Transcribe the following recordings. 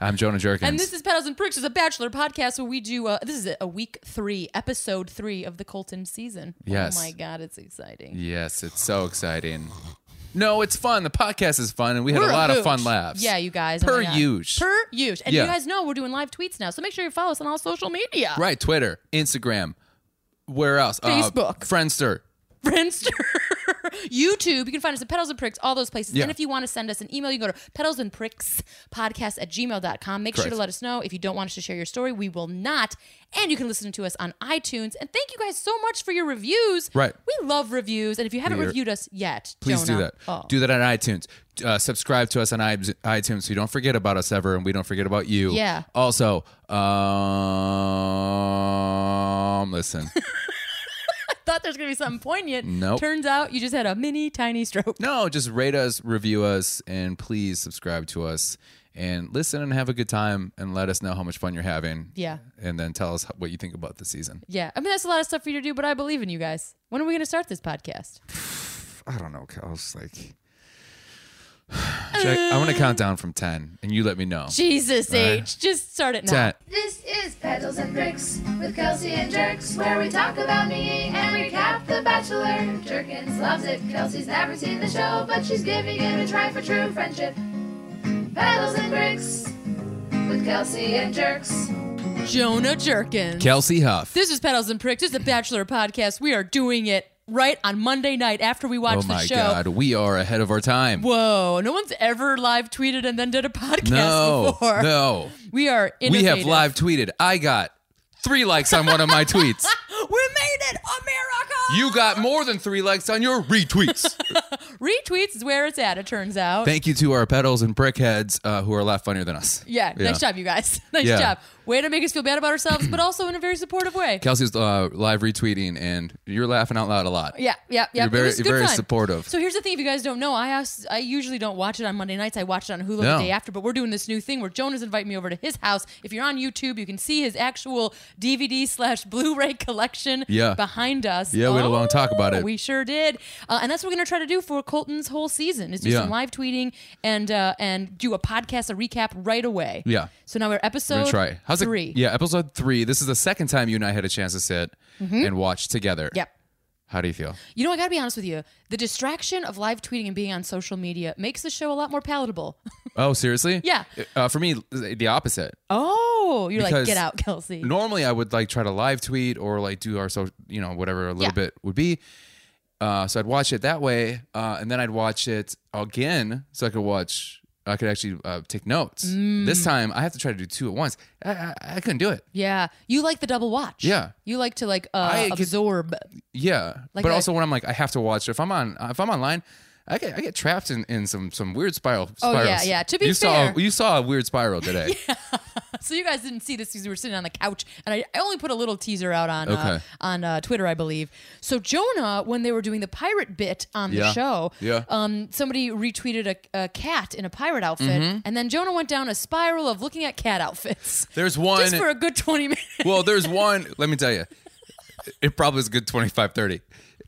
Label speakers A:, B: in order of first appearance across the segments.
A: I'm Jonah Jerkins.
B: And this is Pedals and Pricks, is a bachelor podcast where we do. Uh, this is a week three, episode three of the Colton season.
A: Yes.
B: Oh my god, it's exciting.
A: yes, it's so exciting. No, it's fun. The podcast is fun, and we had a lot of
B: huge.
A: fun laughs.
B: Yeah, you guys.
A: Per
B: oh my God.
A: huge.
B: Per huge. And
A: Yeah.
B: you guys know we're doing live tweets now, so make sure you follow us on all social media.
A: right. Twitter, Instagram, where else? Uh,
B: Facebook.
A: Friendster.
B: Friendster, YouTube. You can find us at Pedals and Pricks, all those places.
A: Yeah.
B: And if you want to send us an email, you can go to pedals and pricks podcast at gmail.com. Make sure
A: Correct.
B: to let us know if you don't want us to share your story. We will not. And you can listen to us on iTunes. And thank you guys so much for your reviews.
A: Right.
B: We love reviews. And if you haven't
A: We're-
B: reviewed us yet,
A: Please do
B: Jonah,
A: that.
B: oh.
A: Do that on iTunes. Uh, subscribe to us on i- iTunes so you don't forget about us ever, and we don't forget about you.
B: Yeah.
A: Also, um, listen.
B: Thought there's gonna be something poignant.
A: Nope.
B: Turns out you just had a mini tiny stroke.
A: No, just rate us, review us, and please subscribe to us and listen and have a good time and let us know how much fun you're having.
B: Yeah.
A: And then tell us what you think about the season.
B: Yeah. I mean that's a lot of stuff for you to do, but I believe in you guys. When are we gonna start this podcast?
A: Uh, I don't know. I was like, Should I, I want to count down from 10 and you let me know.
B: Jesus H. Just start it now.
A: 10.
C: This is Petals and Bricks with Kelsey and Jerks, where we talk about me and recap The Bachelor. Jerkins loves it. Kelsey's never seen the show, but she's giving it a try for true friendship. Petals and Bricks with Kelsey and Jerks.
B: Jonah Jerkins.
A: Kelsey Huff.
B: This is Pedals and Pricks. This is the Bachelor podcast. We are doing it right on Monday night after we watch
A: oh
B: the
A: my
B: show.
A: God. We are ahead of our time.
B: Whoa, no one's ever live tweeted and then did a podcast
A: no.
B: before.
A: No.
B: We are
A: We
B: innovative.
A: have live tweeted. I got three likes on one of my tweets.
B: We made it, America!
A: You got more than three likes on your retweets.
B: Retweets is where it's at, it turns out.
A: Thank you to our pedals and brickheads uh, who are a lot funnier than us.
B: yeah, nice job, you guys. nice
A: Yeah.
B: job. Way to make us feel bad about ourselves, but also in a very supportive way.
A: Kelsey's uh, live retweeting, and you're laughing out loud a lot.
B: Yeah, yeah, yeah.
A: You're
B: It
A: very-
B: was a
A: you're
B: good
A: very
B: time.
A: supportive.
B: So here's the thing: if you guys don't know, I asked, I usually don't watch it on Monday nights. I watch it on Hulu
A: No.
B: the day after. But we're doing this new thing where Jonah's invited me over to his house. If you're on YouTube, you can see his actual DVD slash Blu-ray collection.
A: Yeah.
B: behind us. Oh,
A: Yeah, we had a long talk about it.
B: We sure did, uh, and that's what we're gonna try to do for Colton's whole season: is do
A: Yeah.
B: some live tweeting and uh, and do a podcast, a recap right away.
A: Yeah.
B: So now we're episode
A: We're gonna try. How's
B: three.
A: It, yeah, episode three. This is the second time you and I had a chance to sit and watch together.
B: Mm-hmm. Yep.
A: How do you feel?
B: You know, I gotta be honest with you. The distraction of live tweeting and being on social media makes the show a lot more palatable.
A: Oh, seriously?
B: Yeah.
A: Uh, for me, the opposite.
B: Oh, you're
A: Because
B: like, get out, Kelsey.
A: Normally, I would like try to live tweet or like do our social, you know, whatever a little
B: Yeah.
A: bit would be. Uh, so I'd watch it that way, uh, and then I'd watch it again, so I could watch. I could actually uh, take notes.
B: Mm.
A: This time, I have to try to do two at once. I, I, I couldn't do it.
B: yeah, you like the double watch.
A: Yeah.
B: you like to like uh,
A: I get-
B: absorb.
A: Yeah,
B: Like
A: but
B: I-
A: also when I'm like, I have to watch. If I'm on, if I'm online, I get I get trapped in, in some some weird spiral.
B: Oh, yeah,
A: spirals.
B: yeah. To be
A: you
B: fair-
A: saw you saw a weird spiral today.
B: So you guys didn't see this because we were sitting on the couch, and I, I only put a little teaser out on uh,
A: Okay.
B: on uh, Twitter, I believe. So Jonah, when they were doing the pirate bit on the
A: Yeah.
B: show,
A: Yeah.
B: um, somebody retweeted a, a cat in a pirate outfit,
A: Mm-hmm.
B: and then Jonah went down a spiral of looking at cat outfits.
A: There's one.
B: just for a good twenty minutes.
A: well, there's one. Let me tell you, it probably is a good 25, 30.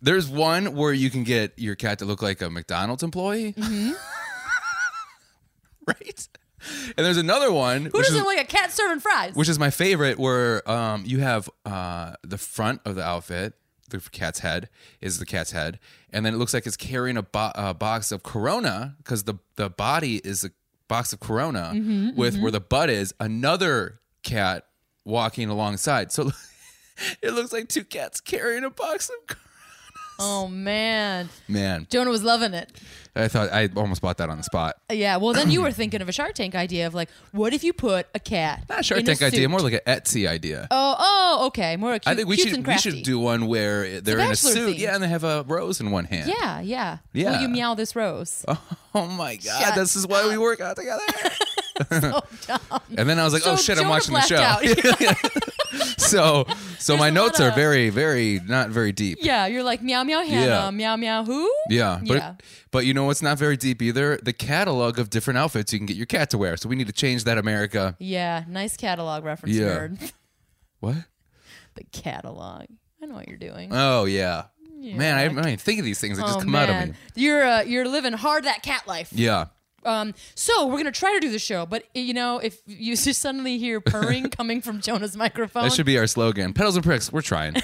A: There's one where you can get your cat to look like a McDonald's employee,
B: Mm-hmm.
A: right? And there's another one.
B: Who
A: which
B: doesn't
A: is,
B: like a cat serving fries?
A: which is my favorite, where um, you have uh, the front of the outfit, the cat's head is the cat's head, and then it looks like it's carrying a, bo- a box of Corona because the the body is a box of Corona
B: Mm-hmm,
A: with where the butt is another cat walking alongside. So it looks like two cats carrying a box of. Corona.
B: oh man,
A: Man,
B: Jonah was loving it.
A: I thought I almost bought that on the spot.
B: Yeah, well, then you were thinking of a Shark Tank idea of like, what if you put a cat?
A: Not a Shark
B: in
A: Tank idea,
B: suit?
A: more like an Etsy idea.
B: oh, oh, okay, more cute.
A: I think we
B: cute
A: should
B: and
A: we
B: crafty.
A: should do one where they're in a
B: bachelor
A: suit,
B: theme.
A: yeah, and they have a rose in one hand.
B: Yeah, yeah.
A: Yeah.
B: Will you meow this rose?
A: Oh my god,
B: Shut
A: this is why we work out together. And then I was like,
B: So
A: oh shit,
B: Jonah
A: I'm watching the
B: blacked
A: show. so so my
B: a
A: notes
B: lot
A: are
B: of-
A: very, very not very deep.
B: yeah, you're like meow meow Hannah,
A: Yeah.
B: meow meow who?
A: Yeah. But
B: yeah.
A: but you know what's not very deep either? The catalog of different outfits you can get your cat to wear. So we need to change that America.
B: Yeah, nice catalog reference,
A: Yeah.
B: nerd.
A: What?
B: The catalog. I know what you're doing.
A: Oh yeah. Man, I, I didn't think of these things. They
B: oh
A: just come
B: man,
A: out of me.
B: you're uh, you're living hard that cat life.
A: Yeah.
B: Um, so we're gonna try to do the show, but you know, if you just suddenly hear purring coming from Jonah's microphone,
A: That should be our slogan. Pedals and pricks. We're trying.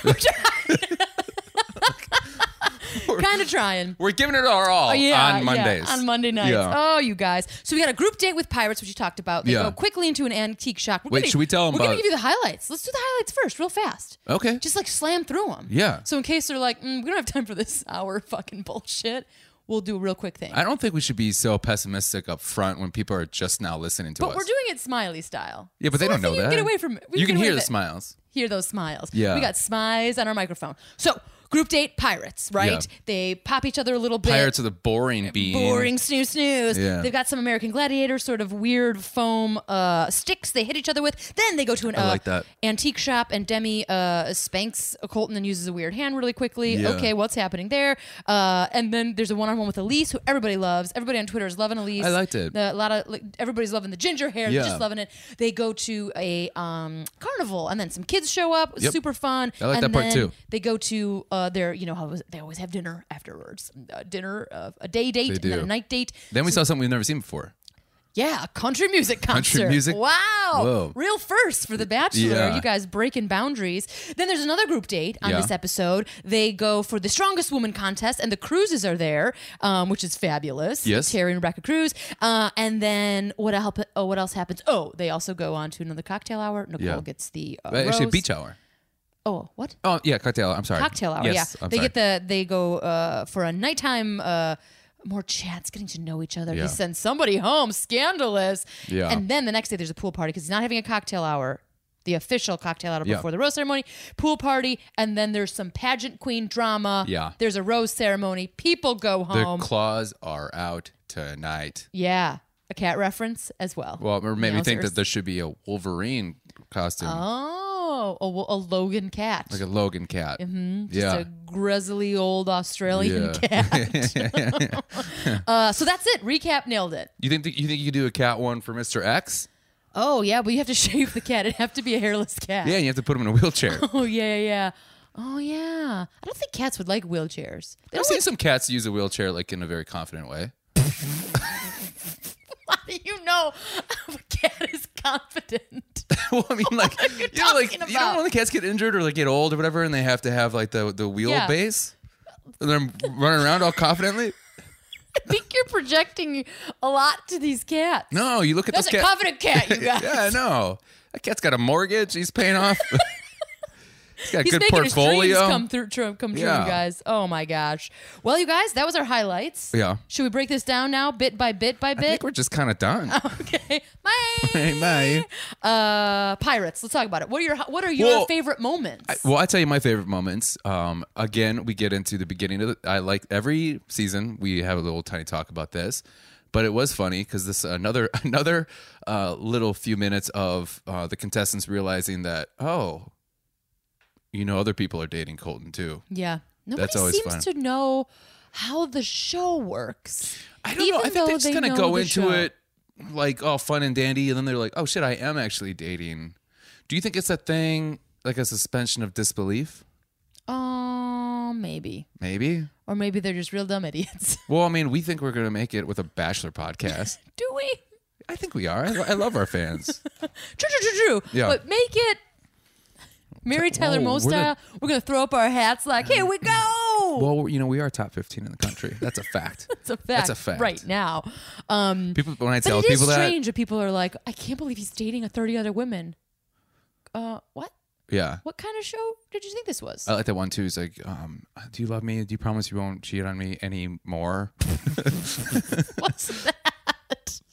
B: kind of trying.
A: We're giving it our all on Mondays.
B: on Monday nights.
A: Yeah.
B: Oh, you guys. So we got a group date with pirates, which you talked about. They
A: Yeah.
B: go quickly into an antique shop. We're
A: Wait, should we tell 'em
B: We're gonna
A: about-
B: give you the highlights. Let's do the highlights first, real fast.
A: Okay.
B: Just like slam through them.
A: Yeah.
B: So in case they're like, mm, we don't have time for this hour fucking bullshit, we'll do a real quick thing.
A: I don't think we should be so pessimistic up front when people are just now listening to
B: but
A: us.
B: we're doing it smiley style.
A: yeah, but
B: So
A: they don't
B: I think
A: know
B: you
A: that.
B: Get away from it. We
A: you can
B: get away
A: hear
B: with it.
A: the smiles.
B: hear those smiles.
A: Yeah.
B: We got smiles on our microphone. So group date pirates, right?
A: Yeah.
B: They pop each other a little bit.
A: Pirates of the boring being.
B: Boring snooze snooze.
A: Yeah.
B: They've got some American Gladiator sort of weird foam uh, sticks they hit each other with. Then they go to an uh,
A: like that.
B: antique shop and Demi uh, spanks a Colt and then uses a weird hand really quickly.
A: Yeah.
B: Okay, what's happening there? Uh, and then there's a one on one with Elise, who everybody loves. Everybody on Twitter is loving Elise.
A: I liked it.
B: The- a lot of like, everybody's loving the ginger hair.
A: Yeah.
B: They're just loving it. They go to a um, carnival and then some kids show up.
A: Yep.
B: Super fun.
A: I like
B: and
A: that part
B: then
A: too.
B: They go to uh, their, you know, how they always have dinner afterwards. Uh, dinner, uh, a day date, and then
A: do.
B: a night date.
A: Then we saw something we've never seen before.
B: Yeah, a country music concert.
A: Country music?
B: Wow.
A: Whoa.
B: Real first for The Bachelor.
A: Yeah.
B: You guys breaking boundaries. Then there's another group date on
A: Yeah.
B: this episode. They go for the Strongest Woman contest, and the Cruises are there, um, which is fabulous.
A: Yes.
B: Terry and Rebecca Cruz. Uh, and then what, help, oh, what else happens? Oh, they also go on to another cocktail hour. Nicole
A: Yeah.
B: gets the uh,
A: Uh, Actually,
B: rose.
A: beach hour.
B: Oh, what?
A: Oh, yeah, cocktail hour. I'm sorry.
B: cocktail hour.
A: Yes,
B: yeah,
A: I'm
B: they
A: sorry.
B: get the they go uh, for a nighttime uh, more chats, getting to know each other.
A: Yeah.
B: He sends somebody home, scandalous.
A: Yeah.
B: and then the next day there's a pool party because he's not having a cocktail hour. The official cocktail hour
A: Yeah.
B: before the rose ceremony, pool party, and then there's some pageant queen drama.
A: Yeah.
B: There's a rose ceremony. People go
A: Their
B: home.
A: claws are out tonight.
B: yeah. A cat reference as well.
A: Well, it made me think
B: Yowzers.
A: that there should be a Wolverine costume,
B: Oh, a, wo- a Logan cat.
A: like a Logan cat. Mm-hmm, yeah.
B: Just a grizzly old Australian
A: Yeah.
B: cat. uh, so that's it. Recap nailed it.
A: you think you think you could do a cat one for Mr. X?
B: Oh yeah, but you have to shave the cat. It'd have to be a hairless cat.
A: Yeah, and you have to put him in a wheelchair.
B: Oh yeah, yeah, yeah. Oh yeah. I don't think cats would like wheelchairs. They
A: I've
B: don't
A: seen
B: like.
A: some cats use a wheelchair like in a very confident way.
B: How do you know if a cat is confident?
A: well, I mean, like you, know, like
B: talking
A: you know,
B: about?
A: when the cats get injured or like get old or whatever, and they have to have like the the wheel
B: Yeah.
A: base, and they're running around all confidently.
B: I think you're projecting a lot to these cats.
A: No, you look at
B: That's
A: this
B: a
A: cat.
B: confident cat, you guys.
A: yeah, I know. That cat's got a mortgage. He's paying off. he's got a
B: He's
A: good
B: making his
A: portfolio.
B: dreams come through, true, come true,
A: Yeah.
B: you guys. Oh my gosh. Well, you guys, that was our highlights.
A: Yeah.
B: Should we break this down now, bit by bit by
A: I think
B: bit?
A: we're just kind of done.
B: Oh. Okay. Bye.
A: Hey, bye.
B: Uh, pirates. Let's talk about it. What are your What are your
A: Well,
B: favorite moments?
A: Well, I tell you my favorite moments. Um, again, we get into the beginning of the. I like every season we have a little tiny talk about this, but it was funny because this another another uh, little few minutes of uh, the contestants realizing that oh, you know, other people are dating Colton too.
B: yeah. Nobody
A: That's always
B: seems to
A: fun.
B: know how the show works.
A: I don't
B: Even
A: know. I think
B: though
A: they just
B: they
A: kind
B: know
A: of go
B: the
A: into
B: show.
A: it like all fun and dandy, and then they're like, oh shit, I am actually dating. Do you think it's a thing like a suspension of disbelief?
B: Um, maybe,
A: Maybe.
B: or maybe they're just real dumb idiots.
A: Well, I mean, we think we're going to make it with a Bachelor podcast.
B: Do we?
A: I think we are. I, I love our fans.
B: True, true, true, true.
A: Yeah.
B: But make it. Mary Tyler
A: Whoa,
B: Moe
A: we're the-
B: style. We're gonna throw up our hats like, here we go.
A: well, you know, we are top 15 in the country. That's a fact.
B: It's a fact.
A: That's a fact.
B: Right now. Um,
A: People, when I
B: but
A: tell
B: it is
A: people
B: strange that people are like, I can't believe he's dating a 30 other women. Uh, what?
A: that, yeah.
B: What kind of show did you think this was?
A: I like that one too. It's like, um, do you love me? Do you promise you won't cheat on me anymore?
B: What's that?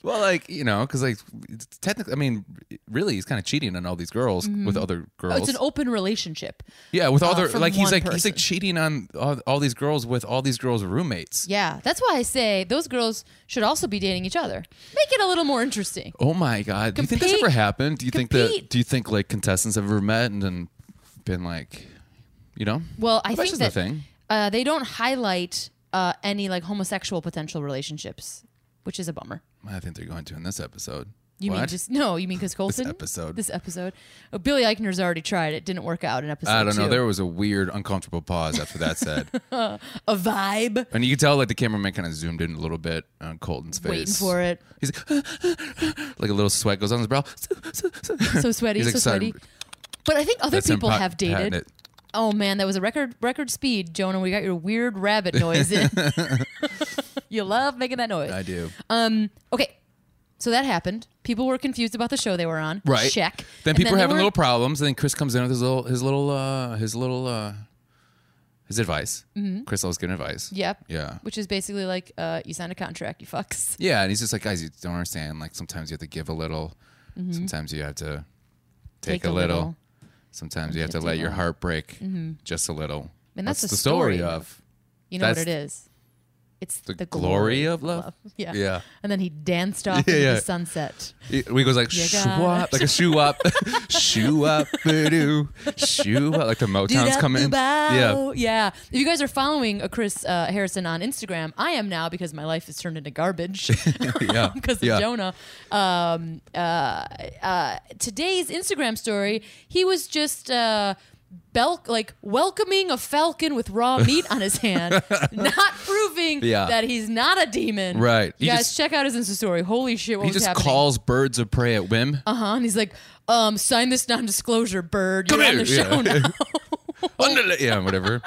A: Well, like, you know, because like it's technically, I mean, really, he's kind of cheating on all these girls with other
B: Oh,
A: girls.
B: it's an open relationship.
A: yeah, with all
B: uh,
A: their,
B: from
A: like, he's
B: one
A: like, he's
B: person.
A: like cheating on all, all these girls with all these girls' roommates.
B: Yeah, that's why I say those girls should also be dating each other. Make it a little more interesting.
A: Oh my god! do you think
B: Compete.
A: that's ever happened? Do you think
B: Compete.
A: that? Do you think like contestants have ever met and then been like, you know?
B: Well, I think
A: That's
B: that
A: just the thing.
B: Uh, they don't highlight uh, any like homosexual potential relationships, which is a bummer.
A: I think they're going to in this episode.
B: You mean
A: What?
B: just no? You mean because Colson?
A: episode.
B: This episode. Oh, Billy Eichner's already tried it. Didn't work out in episode.
A: I don't know.
B: two.
A: There was a weird, uncomfortable pause after that said,
B: a vibe.
A: and you could tell like the cameraman kind of zoomed in a little bit on Colton's face,
B: Waiting for it.
A: He's like, like a little sweat goes on his brow.
B: So sweaty.
A: He's
B: so
A: excited.
B: sweaty. But I think other
A: That's him
B: people
A: pat-
B: have
A: patting
B: dated.
A: it.
B: Oh man, that was a record record speed, Jonah. We got your weird rabbit noise in. you love making that noise.
A: I do.
B: Okay. So that happened. People were confused about the show they were on.
A: Right.
B: Check.
A: Then
B: And
A: people
B: they
A: are having
B: were-
A: little problems, and then Chris comes in with his little, his little, uh, his little, uh, his advice.
B: Mm-hmm.
A: Chris always giving advice.
B: Yep.
A: Yeah.
B: Which is basically like, uh, you signed a contract, you fucks.
A: Yeah, and he's just like, guys, you don't understand. Like sometimes you have to give a little,
B: Mm-hmm.
A: sometimes you have to take, a, little. sometimes you have to
B: Give
A: let
B: a
A: your
B: little. Mm-hmm.
A: heart break just a little.
B: And that's
A: the
B: the
A: story,
B: story
A: of
B: You know what
A: That's
B: it is. It's the,
A: the,
B: glory,
A: glory of love.
B: Yeah.
A: Yeah.
B: And then he danced off
A: Yeah,
B: into
A: yeah.
B: the sunset.
A: He he goes like
B: You
A: shoo
B: gotta-
A: like a shoe up, shoe up, doo shoe up, like the Motown's coming in. Yeah,
B: Yeah. Yeah. If you guys are following uh, Chris uh, Harrison on Instagram, I am now because my life is turned into garbage
A: yeah,
B: because of
A: yeah.
B: Jonah. Um, uh, uh, today's Instagram story, he was just. Uh, Bel- like welcoming a falcon with raw meat on his hand, not proving
A: Yeah.
B: that he's not a demon.
A: Right.
B: You
A: He
B: guys,
A: just-
B: check out his Insta story. Holy shit, what
A: He
B: was
A: just
B: happening?
A: calls birds of prey at whim.
B: Uh-huh. And he's like, um, sign this non-disclosure, bird. You're
A: Come
B: on
A: here.
B: the show
A: Yeah.
B: now.
A: Underla- yeah, whatever.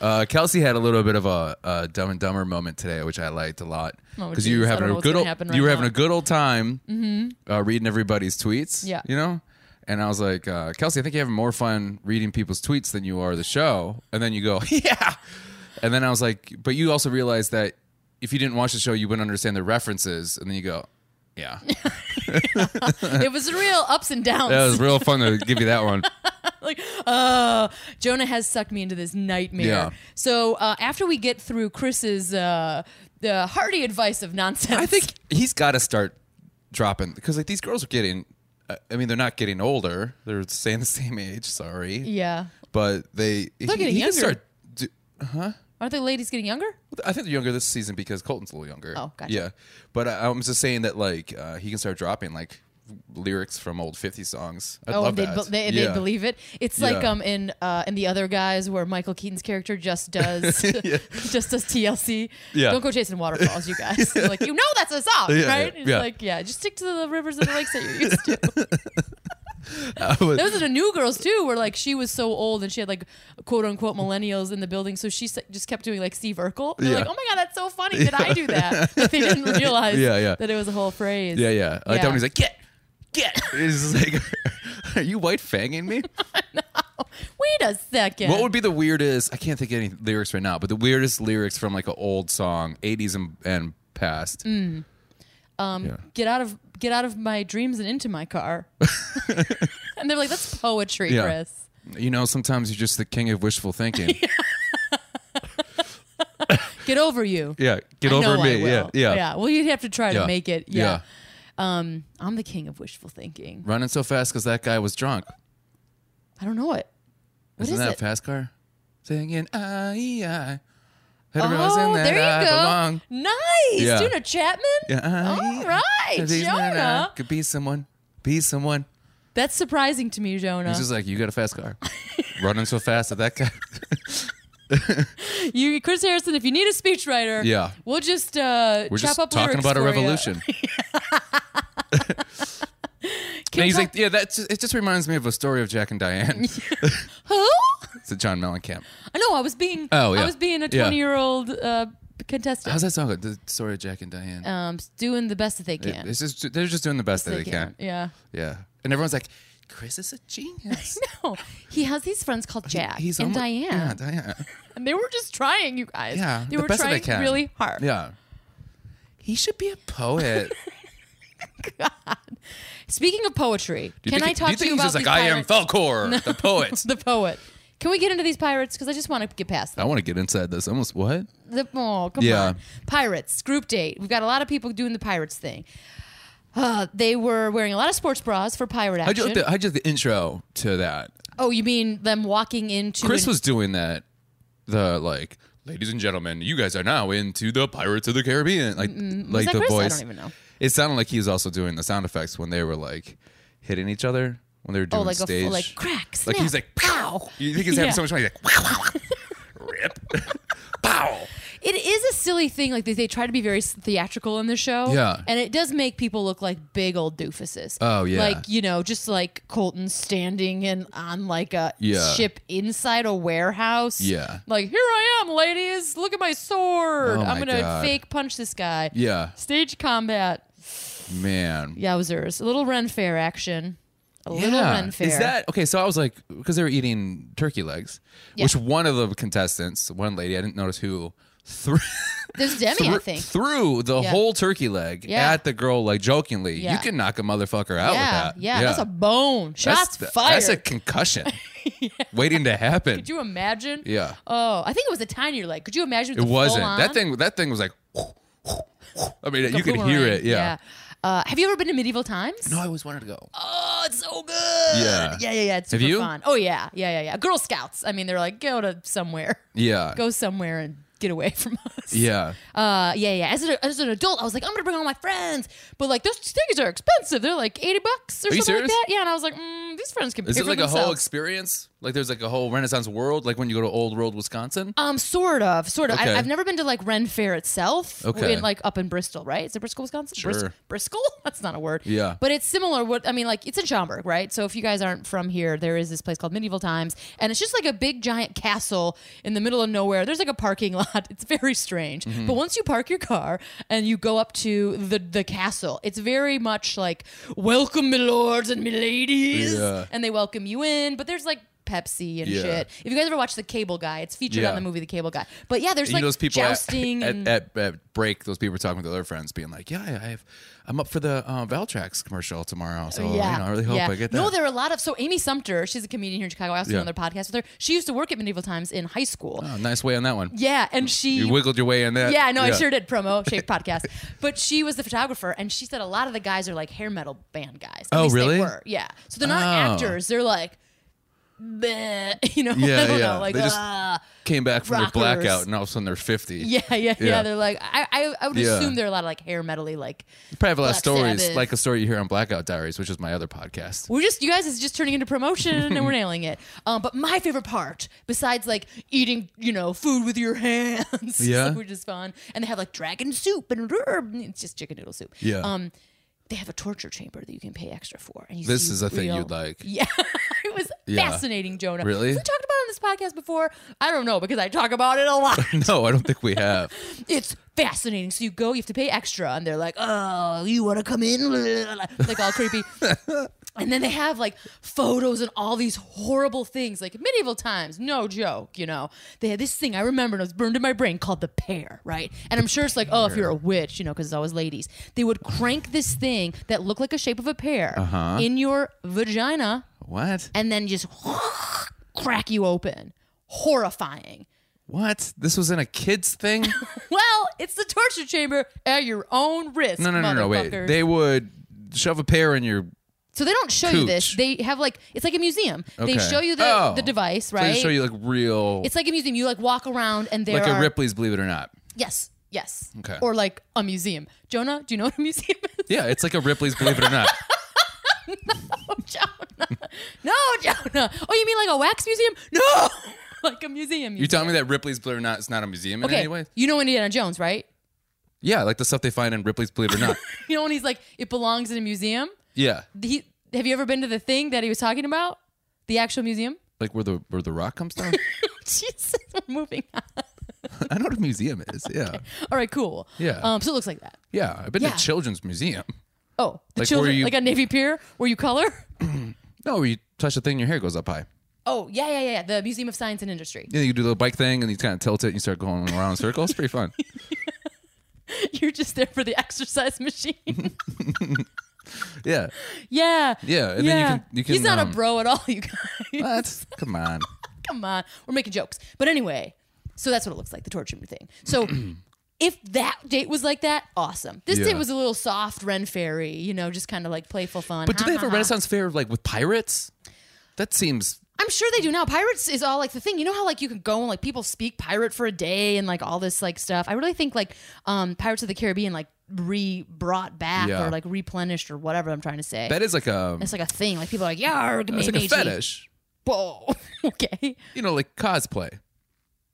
A: Uh, Kelsey had a little bit of a, a Dumb and Dumber moment today, which I liked a lot
B: Oh,
A: because you were
B: geez. I
A: having
B: don't know
A: a
B: what's
A: good
B: gonna
A: old
B: happen
A: you
B: right
A: were having
B: now. Mm-hmm.
A: a good old time uh, reading everybody's tweets.
B: Yeah.
A: you know. And I was like, uh, Kelsey, I think you're having more fun reading people's tweets than you are the show. And then you go, yeah. And then I was like, but you also realize that if you didn't watch the show, you wouldn't understand the references. And then you go, yeah,
B: it was real ups and downs.
A: that was real fun to give you that one.
B: like, oh, Jonah has sucked me into this nightmare.
A: Yeah.
B: So uh, after we get through Chris's uh, the hearty advice of nonsense,
A: I think he's got to start dropping because like these girls are getting. uh, I mean, they're not getting older; they're staying the same age. Sorry,
B: yeah,
A: but they
B: They're getting
A: he
B: younger.
A: can start. Do,
B: aren't the ladies getting younger?
A: I think they're younger this season because Colton's a little younger.
B: Oh, gotcha.
A: Yeah, but I, I'm just saying that like uh, he can start dropping like lyrics from old 50 songs. I
B: oh,
A: love
B: they'd,
A: that.
B: be- they,
A: yeah.
B: they'd believe it. It's like
A: Yeah.
B: um in uh, in the other guys where Michael Keaton's character just does
A: Yeah.
B: just does TLC.
A: Yeah.
B: Don't go chasing waterfalls, you guys. like you know that's a song,
A: Yeah,
B: right?
A: yeah,
B: It's
A: yeah.
B: like yeah, just stick to the rivers and the lakes that you're used to.
A: I would-
B: Those are the new girls too, where like she was so old and she had like quote unquote millennials in the building, so she s- just kept doing like Steve Urkel. And They're
A: Yeah.
B: like, oh my god, that's so funny. Did I do that? Like, they didn't realize
A: Yeah, yeah.
B: that it was a whole phrase.
A: yeah, yeah. I like that
B: Yeah.
A: when he's like, "Get, get." It's just like, are you white fanging me?
B: Wait a second.
A: What would be the weirdest? I can't think of any lyrics right now, but the weirdest lyrics from like an old song, eighties and, and past.
B: Mm. um, get out of get out of my dreams and into my car? and they're like, that's poetry,
A: Yeah.
B: Chris.
A: You know, sometimes you're just the king of wishful thinking. yeah.
B: Get over you.
A: get
B: I
A: over
B: know I
A: me. Yeah,
B: will.
A: yeah,
B: yeah. Well, you'd have to try
A: Yeah.
B: to make it. Yeah. Um, I'm the king of wishful thinking.
A: Running so fast because that guy was drunk.
B: I don't know it. What
A: Isn't
B: is
A: that
B: it?
A: fast car? Singing "Ah, I I.
B: Oh, there you
A: I
B: go.
A: belong.
B: Nice.
A: Yeah.
B: Jonah Chapman.
A: Yeah,
B: All right,
A: If he's not, I
B: Jonah.
A: Could be someone. Be someone.
B: That's surprising to me, Jonah.
A: He's just like, you got a fast car. Running so fast that that guy.
B: you, Chris Harrison, if you need a speechwriter,
A: Yeah.
B: we'll just uh,
A: We're
B: chop
A: just
B: up
A: talking
B: lyrics
A: about a
B: for ya.
A: revolution.
B: Can you
A: and he's like,
B: talk-
A: yeah, that's just, it. Just reminds me of a story of Jack and Diane.
B: who?
A: it's a John Mellencamp.
B: I know. I was being.
A: Oh, yeah.
B: I was being a
A: Yeah.
B: twenty-year-old uh, contestant.
A: How's that song? go? The story of Jack and Diane.
B: um, doing the best that they can.
A: It's just they're just doing the best that they, can.
B: Yeah.
A: Yeah, and everyone's like, Chris is a genius.
B: No, he has these friends called Jack and
A: almo-
B: Diane,
A: Yeah, Diane.
B: and they were just trying, you guys.
A: Yeah,
B: they
A: the
B: were
A: best that
B: trying
A: they can.
B: really hard.
A: Yeah. He should be a poet.
B: Speaking of poetry, can I talk
A: do you
B: to
A: think
B: you
A: he's
B: about
A: just like
B: these
A: I am
B: pirates?
A: Falcor, the poet?
B: the poet? Can we get into these pirates? Because I just want to get past
A: I want to get inside this. Almost what?
B: The, oh, come
A: Yeah.
B: on. Pirates, group date. We've got a lot of people doing the pirates thing. Uh, they were wearing a lot of sports bras for pirate
A: I
B: action.
A: just, I just the intro to that.
B: oh, you mean them walking into.
A: Chris
B: an-
A: was doing that. The like, ladies and gentlemen, you guys are now into the Pirates of the Caribbean. Like,
B: was
A: like
B: that
A: the
B: Chris?
A: voice.
B: I don't even know.
A: It sounded like he was also doing the sound effects when they were like hitting each other when they were
B: Oh,
A: doing
B: like a
A: stage.
B: f- like crack, snap.
A: Like he's like pow. You think he's having
B: Yeah.
A: so much fun? He's like wow, wow, wow. rip, pow.
B: It is a silly thing. Like they, they try to be very s- theatrical in the show.
A: Yeah.
B: And it does make people look like big old doofuses.
A: Oh, yeah.
B: Like, you know, just like Colton standing and on like a
A: Yeah.
B: ship inside a warehouse.
A: Yeah.
B: Like, here I am, ladies. Look at my sword.
A: Oh,
B: I'm
A: my
B: going to
A: God.
B: fake punch this guy.
A: Yeah,
B: Stage combat.
A: man.
B: Yowzers. A little Ren Fair action. A little Ren Fair.
A: Is that okay? So I was like, because they were eating turkey legs,
B: Yeah.
A: which one of the contestants, one lady, I didn't notice who, threw,
B: There's Demi, I
A: threw,
B: think.
A: threw the
B: Yeah.
A: whole turkey leg
B: Yeah.
A: at the girl, like jokingly.
B: Yeah.
A: You can knock a motherfucker out
B: yeah,
A: with that.
B: yeah, That's a bone. Shots
A: the-
B: fired.
A: That's a concussion waiting to happen.
B: Could you imagine?
A: yeah,
B: Oh, I think it was a tinier leg. Could you imagine?
A: it wasn't that thing. That thing was like. I mean, you could hear it. Yeah.
B: Uh, have you ever been to medieval times?
A: No, I always wanted to go.
B: Oh, it's so good.
A: Yeah.
B: Yeah, yeah, yeah. It's super
A: Have you?
B: fun. Oh yeah, yeah, yeah, yeah. Girl Scouts. I mean, they're like, go to somewhere,
A: Yeah.
B: go somewhere and get away from us.
A: Yeah.
B: Uh, yeah, yeah. As, a, as an adult, I was like, I'm gonna bring all my friends, but like those things are expensive. They're like eighty bucks or
A: Are you
B: something like
A: serious?
B: that. Yeah, and I was like, mm, these friends can.
A: Is
B: pay
A: it
B: for
A: like a whole
B: themselves.
A: experience? Like there's like a whole Renaissance world, like when you go to Old World Wisconsin?
B: Um, sort of, sort of.
A: Okay.
B: I, I've never been to like Ren Fair itself.
A: Okay.
B: in, like up in Bristol, right? Is it Bristol, Wisconsin?
A: Sure.
B: Bristol? That's not a word.
A: Yeah.
B: But it's similar. What I mean, like it's in Schaumburg, right? So if you guys aren't from here, there is this place called Medieval Times, and it's just like a big giant castle in the middle of nowhere. There's like a parking lot. It's very strange.
A: Mm-hmm.
B: But once you park your car and you go up to the the castle, it's very much like welcome, my lords and my ladies,
A: Yeah.
B: and they welcome you in. But there's like. Pepsi and
A: Yeah.
B: shit. If you guys ever watch The Cable Guy, it's featured
A: Yeah.
B: on the movie The Cable Guy. But yeah, there's
A: you
B: like
A: know those people at,
B: jousting
A: at,
B: and
A: at, at break, those people are talking with their friends, being like, "Yeah, I have, I'm up for the uh, Valtrax commercial tomorrow, so
B: yeah,
A: you know, oh, I really hope
B: yeah.
A: I get that."
B: No, there are a lot of so Amy Sumter, she's a comedian here in Chicago. I also do
A: Yeah.
B: another podcast with her. She used to work at Medieval Times in high school.
A: Oh, nice way on that one.
B: Yeah, and she
A: You wiggled your way in that.
B: Yeah, no, I sure did promo Shape Podcast. But she was the photographer, and she said a lot of the guys are like hair metal band guys. At
A: Oh,
B: least
A: really?
B: They were. Yeah, so they're not
A: Oh.
B: actors. They're like, bleh, you know, I
A: Yeah,
B: don't
A: yeah.
B: know, like
A: They just-
B: ah.
A: Came back from
B: Rockers.
A: their blackout, and all of a sudden they're 50.
B: Yeah, yeah, yeah,
A: Yeah.
B: They're like, I, I, I would
A: Yeah.
B: assume there are a lot of like hair metally, like
A: Probably have a lot of
B: Black
A: stories,
B: Sabbath.
A: like a story you hear on Blackout Diaries, which is my other podcast.
B: we're just you guys is just turning into promotion and we're nailing it. Um, but my favorite part, besides like eating, you know, food with your hands,
A: Yeah.
B: which is fun, and they have like dragon soup and it's just chicken noodle soup.
A: Yeah.
B: Um, they have a torture chamber that you can pay extra for. And you
A: This
B: see
A: is a thing
B: real-
A: you'd like.
B: Yeah. it was
A: Yeah.
B: fascinating, Jonah.
A: Really?
B: Have we talked about it on this podcast before? I don't know because I talk about it a lot.
A: no, I don't think we have.
B: it's fascinating. So you go, you have to pay extra, and they're like, "Oh, you want to come in?" Like all creepy. and then they have like photos and all these horrible things, like medieval times, no joke. You know, they had this thing I remember, and it was burned in my brain called the pear, right? And I'm sure it's like, oh, if you're a witch, you know, because it's always ladies. They would crank this thing that looked like a shape of a pear in your vagina,
A: What?
B: and then just crack you open. Horrifying.
A: What? This was in a kids thing?
B: Well, it's the torture chamber at your own risk.
A: No, no, no, no, no. Wait,
B: motherfuckers.
A: they would shove a pear in your
B: so they don't show you this.
A: Cooch.
B: They have like it's like a museum. They
A: Okay.
B: show you the,
A: Oh.
B: the device,
A: So
B: right?
A: they show you like real,
B: it's like a museum. You like walk around and there
A: like
B: are
A: a Ripley's Believe It or Not.
B: yes, yes,
A: Okay.
B: or like a museum. Jonah, do you know what a museum is?
A: Yeah, it's like a Ripley's Believe It or Not.
B: Jonah, no, Jonah. Oh, you mean like a wax museum? No, like a museum.
A: You telling me that Ripley's Believe It or Not is not a museum in
B: okay,
A: any way?
B: you know Indiana Jones, right?
A: Yeah, like the stuff they find in Ripley's Believe It or Not.
B: You know when he's like, it belongs in a museum.
A: yeah,
B: He, have you ever been to the thing that he was talking about? The actual museum?
A: like where the where the rock comes down.
B: Jesus, we're moving on.
A: I know what a museum is. Yeah,
B: All right, cool.
A: Yeah.
B: Um, so it looks like that.
A: yeah. I've been
B: Yeah.
A: to children's museum.
B: Oh, the
A: Like
B: children,
A: where you-
B: like a navy pier where you color.
A: No, where you touch a thing, your hair goes up high.
B: Oh, yeah, yeah, yeah. yeah. The Museum of Science and Industry.
A: Yeah, you do the little bike thing, and you kind of tilt it, and you start going around in circles. It's pretty fun.
B: You're just there for the exercise machine.
A: Yeah,
B: yeah.
A: Yeah, and then you
B: yeah.
A: can- you
B: He's
A: can,
B: not
A: um,
B: a bro at all, you guys.
A: what? Come on.
B: Come on, we're making jokes. But anyway, so that's what it looks like the torture thing. So. If that date was like that, awesome. This
A: Yeah.
B: date was a little soft Ren Fairy, you know, just kind of like playful fun.
A: But do
B: Ha,
A: they have
B: ha,
A: a
B: ha.
A: Renaissance fair like with pirates? That seems
B: I'm sure they do now. Pirates is all like the thing. You know how like you could go and like people speak pirate for a day and like all this like stuff. I really think like um Pirates of the Caribbean like re brought back
A: Yeah.
B: or like replenished or whatever I'm trying to say.
A: That is like a
B: it's like a thing. Like people are like, yeah, give me
A: it's
B: an
A: like a
B: HE."
A: fetish.
B: Whoa. okay.
A: You know, like cosplay.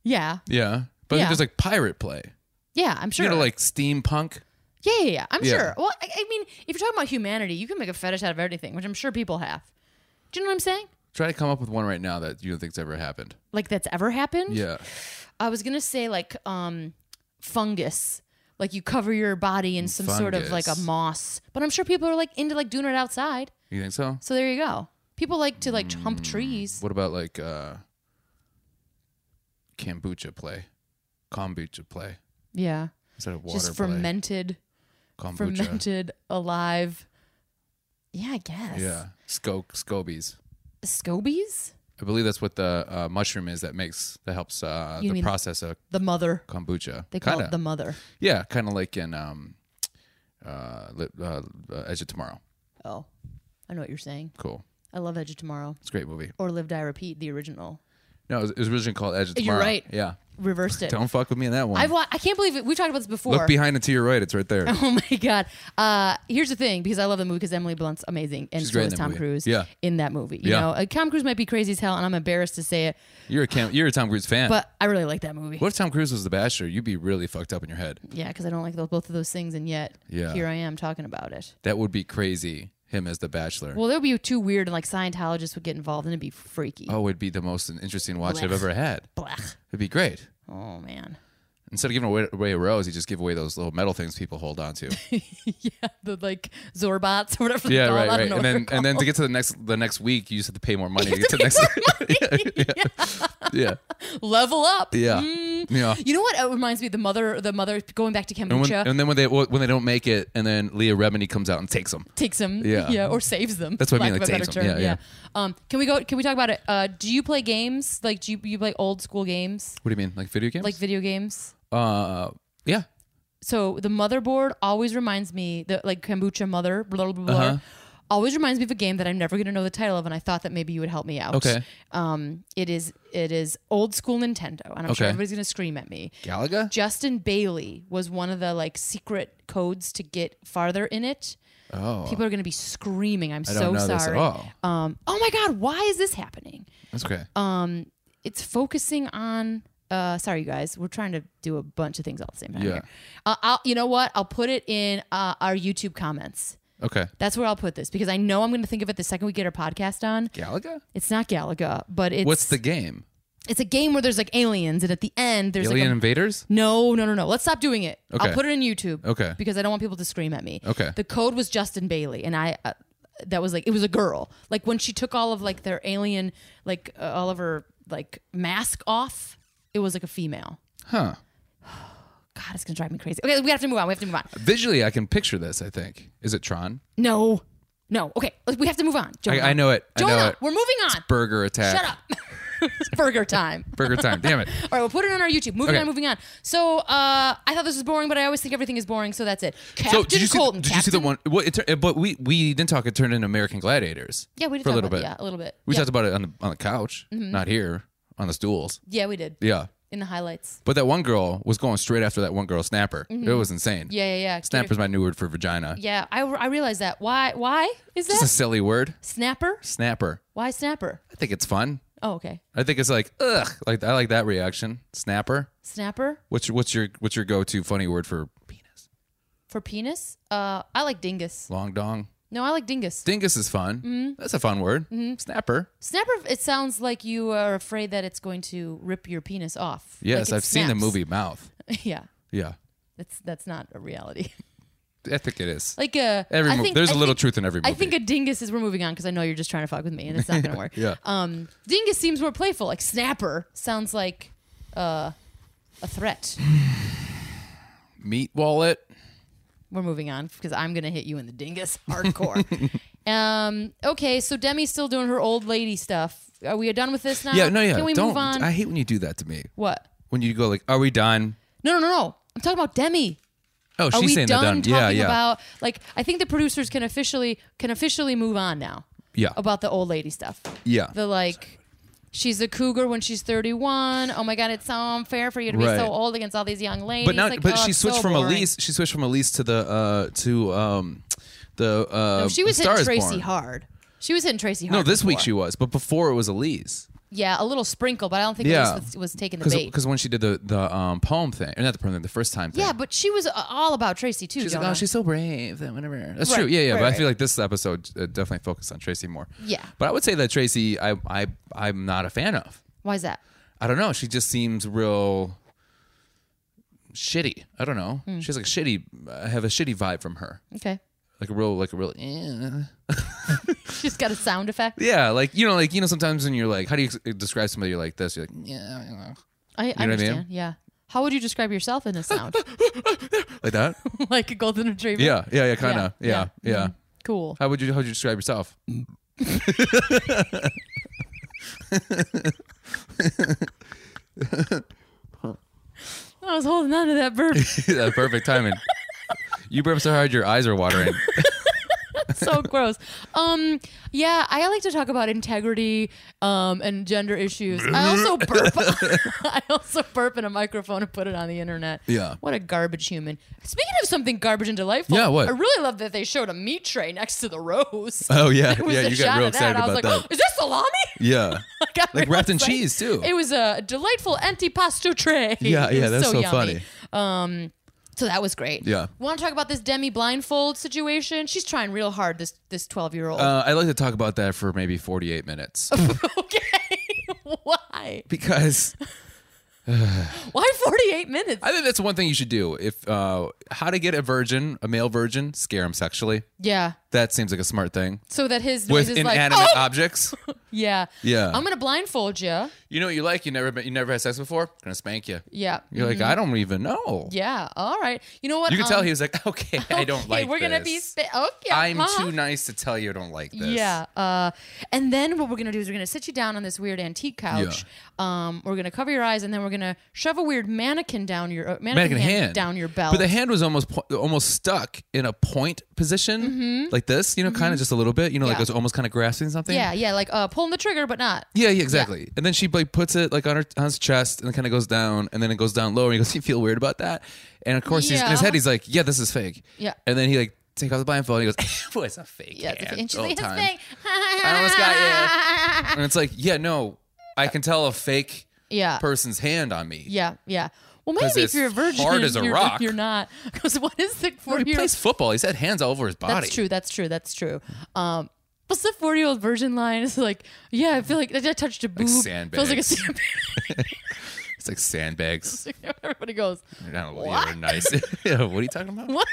B: Yeah.
A: Yeah. But
B: Yeah.
A: there's like pirate play.
B: Yeah. I'm sure.
A: You know, like steampunk.
B: yeah, yeah, yeah. I'm
A: Yeah.
B: sure. Well, I, I mean, if you're talking about humanity, you can make a fetish out of everything, which I'm sure people have. Do you know what I'm saying?
A: Try to come up with one right now that you don't think's ever happened.
B: Like that's ever happened.
A: Yeah.
B: I was gonna say like um fungus. Like you cover your body in some sort of like a
A: Fungus.
B: moss. But I'm sure people are like into like doing it outside.
A: You think so?
B: So there you go. People like to like
A: Hmm.
B: hump trees.
A: What about like uh kombucha play? Kombucha play.
B: Yeah.
A: Instead of water
B: Just
A: play.
B: fermented
A: kombucha.
B: fermented alive. Yeah, I guess.
A: Yeah. Sco- scobies.
B: Scobies?
A: I believe that's what the uh, mushroom is that makes that helps uh,
B: You
A: the
B: mean-
A: process of
B: The mother.
A: kombucha.
B: They call
A: Kinda.
B: it the mother.
A: Yeah, kind of like in um, uh, li- uh, uh, Edge of Tomorrow.
B: Oh. I know what you're saying.
A: Cool.
B: I love Edge of Tomorrow.
A: It's a great movie.
B: Or Lived I Repeat, the original.
A: No, it was, it was originally called Edge of
B: You're
A: Tomorrow.
B: right.
A: Yeah.
B: Reversed it.
A: Don't fuck with me in that one.
B: I've wa- I can't believe it. We've talked about this before.
A: Look behind and to your right. It's right there.
B: Oh my god! Uh, here's the thing, because I love the movie because Emily Blunt's amazing, and
A: She's
B: so
A: great
B: is
A: in that
B: Tom
A: movie.
B: Cruise.
A: Yeah.
B: in that movie, you
A: Yeah.
B: know, uh, Tom Cruise might be crazy as hell, and I'm embarrassed to say it,
A: You're a Cam- you're a Tom Cruise fan.
B: but I really like that movie.
A: what if Tom Cruise was the Bachelor? You'd be really fucked up in your head.
B: Yeah, because I don't like those, both of those things, and yet
A: Yeah.
B: here I am talking about it.
A: That would be crazy. Him as the Bachelor.
B: Well, that would be too weird, and like Scientologists would get involved, and it'd be freaky.
A: oh, it'd be the most interesting watch I've
B: Blech.
A: ever had.
B: Blech.
A: It'd be great.
B: Oh man,
A: Instead of giving away, away a rose, he just give away those little metal things people hold on to.
B: yeah, the like Zorbots or whatever. they're
A: Yeah,
B: called.
A: right,
B: I don't know
A: right. And
B: what
A: then
B: they're
A: and then to
B: called.
A: get to the next the next week, you just have to pay more money to get to the next. yeah,
B: level up.
A: yeah, yeah. yeah.
B: Mm. You know what? It reminds me the mother, the mother going back to
A: And, when,
B: kombucha
A: and then when they when they don't make it, and then Leah Remini comes out and takes them.
B: takes them,
A: Yeah.
B: yeah, or saves them.
A: That's what I
B: lack
A: mean,
B: of
A: like,
B: a
A: saves
B: better
A: 'em.
B: term,
A: Yeah,
B: Um, can we go? Can we talk about it? Uh, do you play games? Like, do you, you play old school games,
A: What do you mean, like video games?
B: like video games?
A: uh, yeah,
B: So the motherboard always reminds me the like kombucha mother blah blah blah. blah,
A: Uh-huh.
B: Always reminds me of a game that I'm never going to know the title of, and I thought that maybe you would help me out.
A: Okay.
B: Um, it is it is old school Nintendo, and I'm
A: Okay.
B: sure everybody's going to scream at me.
A: Galaga.
B: Justin Bailey was one of the like secret codes to get farther in it.
A: Oh,
B: People are going to be screaming. I'm
A: I
B: so
A: don't know
B: sorry.
A: this at all.
B: um, oh my god why is this happening
A: That's great.
B: um it's focusing on uh sorry you guys we're trying to do a bunch of things all at the same time here.
A: Yeah.
B: Uh, I'll, you know what i'll put it in uh, our youtube comments
A: okay,
B: that's where i'll put this because i know i'm going to think of it the second we get our podcast on
A: Galaga.
B: it's not galaga but it's
A: What's the game?
B: it's a game where there's like aliens and at the end there's
A: Alien
B: like a
A: Invaders.
B: no, no, no, no. Let's stop doing it.
A: Okay.
B: I'll put it in YouTube.
A: Okay.
B: Because I don't want people to scream at me.
A: Okay.
B: The code was Justin Bailey, and I. Uh, that was like it was a girl. Like when she took all of like their alien, like uh, all of her like mask off, it was like a female.
A: Huh.
B: God, it's gonna drive me crazy. Okay, we have to move on. We have to move on.
A: Visually, I can picture this. I think is it Tron?
B: No, no. Okay, like, we have to move on. Jonah.
A: I know it. I know
B: Jonah,
A: it.
B: we're moving on.
A: Burger attack.
B: Shut up. it's burger time.
A: Burger time. Damn it.
B: All right, we'll put it on our YouTube. Moving
A: Okay.
B: on, moving on. So uh, I thought this was boring, but I always think everything is boring, so that's it. Captain
A: So did you see?
B: Colton.
A: did you see the
B: Captain-
A: one? Well, it, tur- eh, but we we didn't talk. It turned into American Gladiators.
B: Yeah, we did
A: for a
B: talk
A: little
B: about
A: bit.
B: It. Yeah, a little bit.
A: We
B: yeah. Mm-hmm.
A: talked about it on the on the couch, not here on the stools.
B: yeah, we did.
A: Yeah,
B: In the highlights.
A: but that one girl was going straight after that one girl snapper. It was insane.
B: Mm-hmm. Yeah, yeah, yeah.
A: snapper's my new word for vagina.
B: Yeah, I, I realized that. Why Why is that?
A: It's a silly word.
B: snapper?
A: Snapper.
B: Why snapper?
A: I think it's fun.
B: Oh, okay.
A: I think it's like ugh. Like I like that reaction. Snapper.
B: Snapper
A: What's your, what's your what's your go to funny word for penis?
B: for penis? Uh, I like dingus.
A: Long dong.
B: No, I like dingus.
A: Dingus is fun. That's a fun word. Snapper.
B: snapper, Mm-hmm. it sounds like you are afraid that it's going to rip your penis off.
A: Yes,
B: Like, it
A: I've seen the
B: snaps.
A: movie Mouth.
B: yeah,
A: Yeah,
B: that's that's not a reality.
A: I think it is.
B: like a,
A: Every
B: I
A: mo-
B: think,
A: there's
B: a
A: a little truth in every movie.
B: I think a dingus is we're moving on because I know you're just trying to fuck with me and it's not gonna work.
A: Yeah.
B: Um, dingus seems more playful. Like snapper sounds like uh, a threat.
A: meat wallet.
B: We're moving on because I'm gonna hit you in the dingus hardcore. um, okay, so Demi's still doing her old lady stuff. Are we done with this now?
A: Yeah, no, yeah.
B: uh, Can we
A: Don't.
B: move on?
A: I hate when you do that to me.
B: what?
A: When you go like, "Are we done?"
B: No, no, no, no. I'm talking about Demi.
A: Oh,
B: Are
A: she's
B: we
A: saying
B: done,
A: they're done.
B: talking
A: Yeah, yeah,
B: about like I think the producers can officially can officially move on now
A: yeah,
B: about the old lady stuff.
A: yeah.
B: the like She's a cougar when she's 31. Oh my God, it's so unfair for you to
A: Right.
B: be so old against all these young ladies.
A: But not.
B: Like,
A: but
B: oh,
A: she
B: it's
A: switched
B: so
A: from
B: boring.
A: Elise. She switched from Elise to the uh to um the uh.
B: No, she was
A: Star
B: hitting
A: is
B: Tracy
A: Born.
B: hard. She was hitting Tracy hard.
A: No, this week
B: before.
A: she was, but before it was Elise.
B: Yeah, a little sprinkle, but I don't think
A: Yeah.
B: Elise was, was taking the bait.
A: Because when she did the the um, poem thing, or not the poem thing, the first time thing.
B: Yeah, but she was uh, all about Tracy too.
A: She's like,
B: Jonah.
A: oh, she's so brave, and whatever. That's
B: Right,
A: true. Yeah, yeah.
B: right,
A: but I
B: right.
A: feel like this episode uh, definitely focused on Tracy more.
B: Yeah.
A: But I would say that Tracy, I, I, I'm not a fan of.
B: Why is that?
A: I don't know. She just seems real shitty. I don't know.
B: Hmm.
A: She's like shitty. I have a shitty vibe from her.
B: Okay,
A: Like a real, like a real. Eh.
B: she's got a sound effect.
A: Yeah, like you know, like you know, sometimes when you're like, how do you ex- describe somebody you're like this? You're like, yeah, you know,
B: I, I
A: know what I mean?
B: understand. Yeah. How would you describe yourself in this sound?
A: like that.
B: like a golden retriever.
A: yeah, yeah, yeah, kind of. Yeah, yeah.
B: Mhm. Cool.
A: How would you how would you describe yourself?
B: I was holding on to that burp.
A: Yeah, perfect timing. You burp so hard, your eyes are watering.
B: so gross. Um, yeah, I like to talk about integrity um, and gender issues. I also burp. I also burp in a microphone and put it on the internet.
A: Yeah.
B: What a garbage human. Speaking of something garbage and delightful.
A: Yeah, what?
B: I really love that they showed a meat tray next to the rose.
A: Oh yeah,
B: There was
A: yeah.
B: a
A: You
B: shot
A: got real
B: of that.
A: excited
B: I was
A: about
B: like,
A: that.
B: "Oh, Is this salami?
A: Yeah,
B: I got
A: like
B: real
A: wrapped in
B: excited.
A: cheese too.
B: It was a delightful antipasto tray.
A: Yeah,
B: It
A: yeah,
B: was
A: that's so
B: yummy. Um, so that was great.
A: Yeah.
B: Want to talk about this demi blindfold situation? She's trying real hard. This this twelve year old.
A: Uh, I like to talk about that for maybe 48 minutes
B: okay. Why?
A: because
B: Why forty eight minutes?
A: I think that's one thing you should do. If uh, how to get a virgin, a male virgin, scare him sexually.
B: yeah.
A: That seems like a smart thing
B: So that his noise
A: with
B: is like,
A: inanimate
B: oh,
A: objects.
B: yeah,
A: Yeah.
B: I'm gonna blindfold you.
A: You know what you like. You never been, you never had sex before. Gonna spank you.
B: Yeah.
A: You're like I don't even know.
B: Mm-hmm. Yeah. All right. You know what?
A: You can tell
B: Um,
A: he was like, okay, I don't
B: okay,
A: like.
B: We're gonna be
A: this.
B: sp- okay.
A: I'm
B: uh-huh.
A: too nice to tell you I don't like this.
B: Yeah. Uh, and then what we're gonna do is we're gonna sit you down on this weird antique couch. Um, we're gonna cover your eyes, and then we're gonna shove a weird mannequin down your uh, mannequin,
A: Mannequin
B: hand,
A: hand,
B: down your belt.
A: But the hand was almost po- almost stuck in a point position, like this. You know, kind of just a little bit. You know, like
B: Mm-hmm. Yeah.
A: it was almost kind of grasping something.
B: yeah, yeah, like uh, pulling the trigger, but not.
A: Yeah, yeah, exactly. And then she like puts it like on her on his chest, and it kind of goes down, and then it goes down lower. And he goes, "You feel weird about that?" And of course, he's, in his
B: Yeah.
A: head, he's like, "Yeah, this is fake."
B: Yeah.
A: And then he like takes off the blindfold, and he goes, "Boy, it's a fake."
B: Yeah, it's
A: hand
B: a, and she's
A: all
B: like,
A: the
B: "It's
A: time."
B: fake."
A: I almost got you. And it's like, yeah, no, I can tell a fake
B: Yeah.
A: person's hand on me.
B: Yeah, yeah. Well,
A: 'Cause
B: maybe if
A: it's
B: you're a virgin,
A: hard as a
B: you're,
A: rock.
B: you're not. Because what is the
A: He
B: forty-year-old?
A: plays football. He's had hands all over his body.
B: That's true. That's true. That's true. Um, what's the forty-year-old virgin line? It's like, yeah, I feel like I touched a boob. Feels like a
A: sandbags.
B: sandbag.
A: It's like sandbags.
B: Everybody goes,
A: They're not
B: What?
A: what? nice. yeah, what are you talking about?
B: what?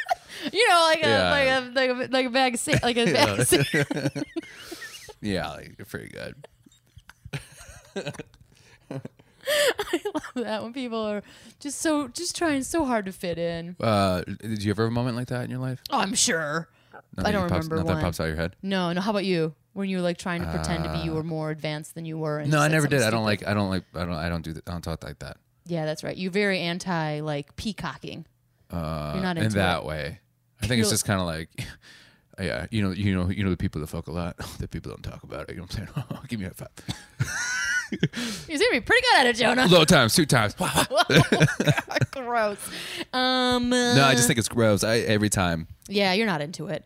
B: You know, like a
A: Yeah.
B: like a like a like a bag of sa- like a bag. Of sa-
A: Yeah, like, you're pretty good.
B: that when people are just so just trying so hard to fit in.
A: Uh, did you ever have a moment like that in your life?
B: Oh, I'm sure.
A: Nothing
B: I don't
A: that pops,
B: remember
A: Nothing
B: one.
A: that pops out of your head.
B: No, no. How about you? When you were like trying to pretend to be you were more advanced than you were. And
A: Uh. No, I
B: said
A: never
B: something
A: did. I don't
B: stupid?
A: like. I don't like. I don't. I don't do. that. I don't talk like that.
B: Yeah, that's right. You're very anti like peacocking.
A: Uh,
B: You're not
A: in
B: into
A: that way. I think it's
B: Pure-
A: just kind of like. Yeah, you know, you know, you know the people that fuck a lot. The people don't talk about it. You know what I'm saying? Give me a five.
B: You seem to be pretty good at it, Jonah. Oh,
A: Low times, two times. Wah, wah.
B: Gross. Um,
A: No, I just think it's gross. I every time.
B: yeah, you're not into it.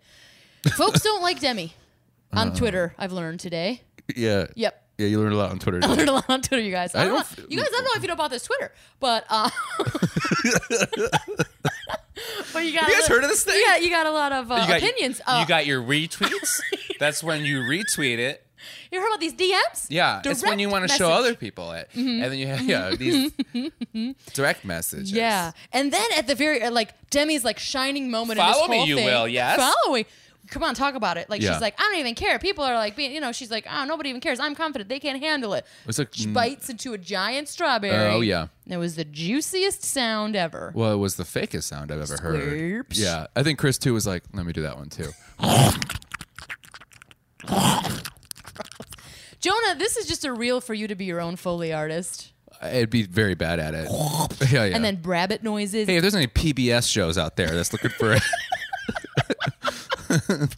B: Folks don't like Demi
A: Uh.
B: on Twitter. I've learned today.
A: Yeah.
B: Yep.
A: Yeah, you learn a lot on Twitter.
B: I learned a lot on Twitter, you guys. I
A: I
B: don't
A: don't
B: know-
A: f-
B: you guys, I don't know if you know about this Twitter, but uh, but you got
A: you guys heard of this thing?
B: Yeah, you got a lot of uh, opinions. Uh,
A: you got your retweets. That's when you retweet it.
B: you heard about these DMs?
A: Yeah, it's when
B: Direct
A: you want to show
B: message. Mm-hmm.
A: other people it, and then you have yeah these direct messages.
B: Yeah, and then at the very uh, like Demi's like shining moment.
A: Follow
B: in this
A: me,
B: whole
A: you
B: thing,
A: will, yes.
B: Following. Come on, talk about it. Like
A: Yeah.
B: she's like, I don't even care. People are like being, you know, she's like, oh, nobody even cares. I'm confident they can't handle it.
A: It's like- mm,
B: she bites into a giant strawberry.
A: Oh, yeah.
B: And it was the juiciest sound ever.
A: Well, it was the fakest sound I've ever heard.
B: Squirps.
A: Yeah, I think Chris too was like, "Let me do that one too."
B: Jonah, this is just a reel for you to be your own foley artist.
A: I'd Uh, be very bad at it. yeah, yeah.
B: And then rabbit noises.
A: hey, if there's any PBS shows out there that's looking for it,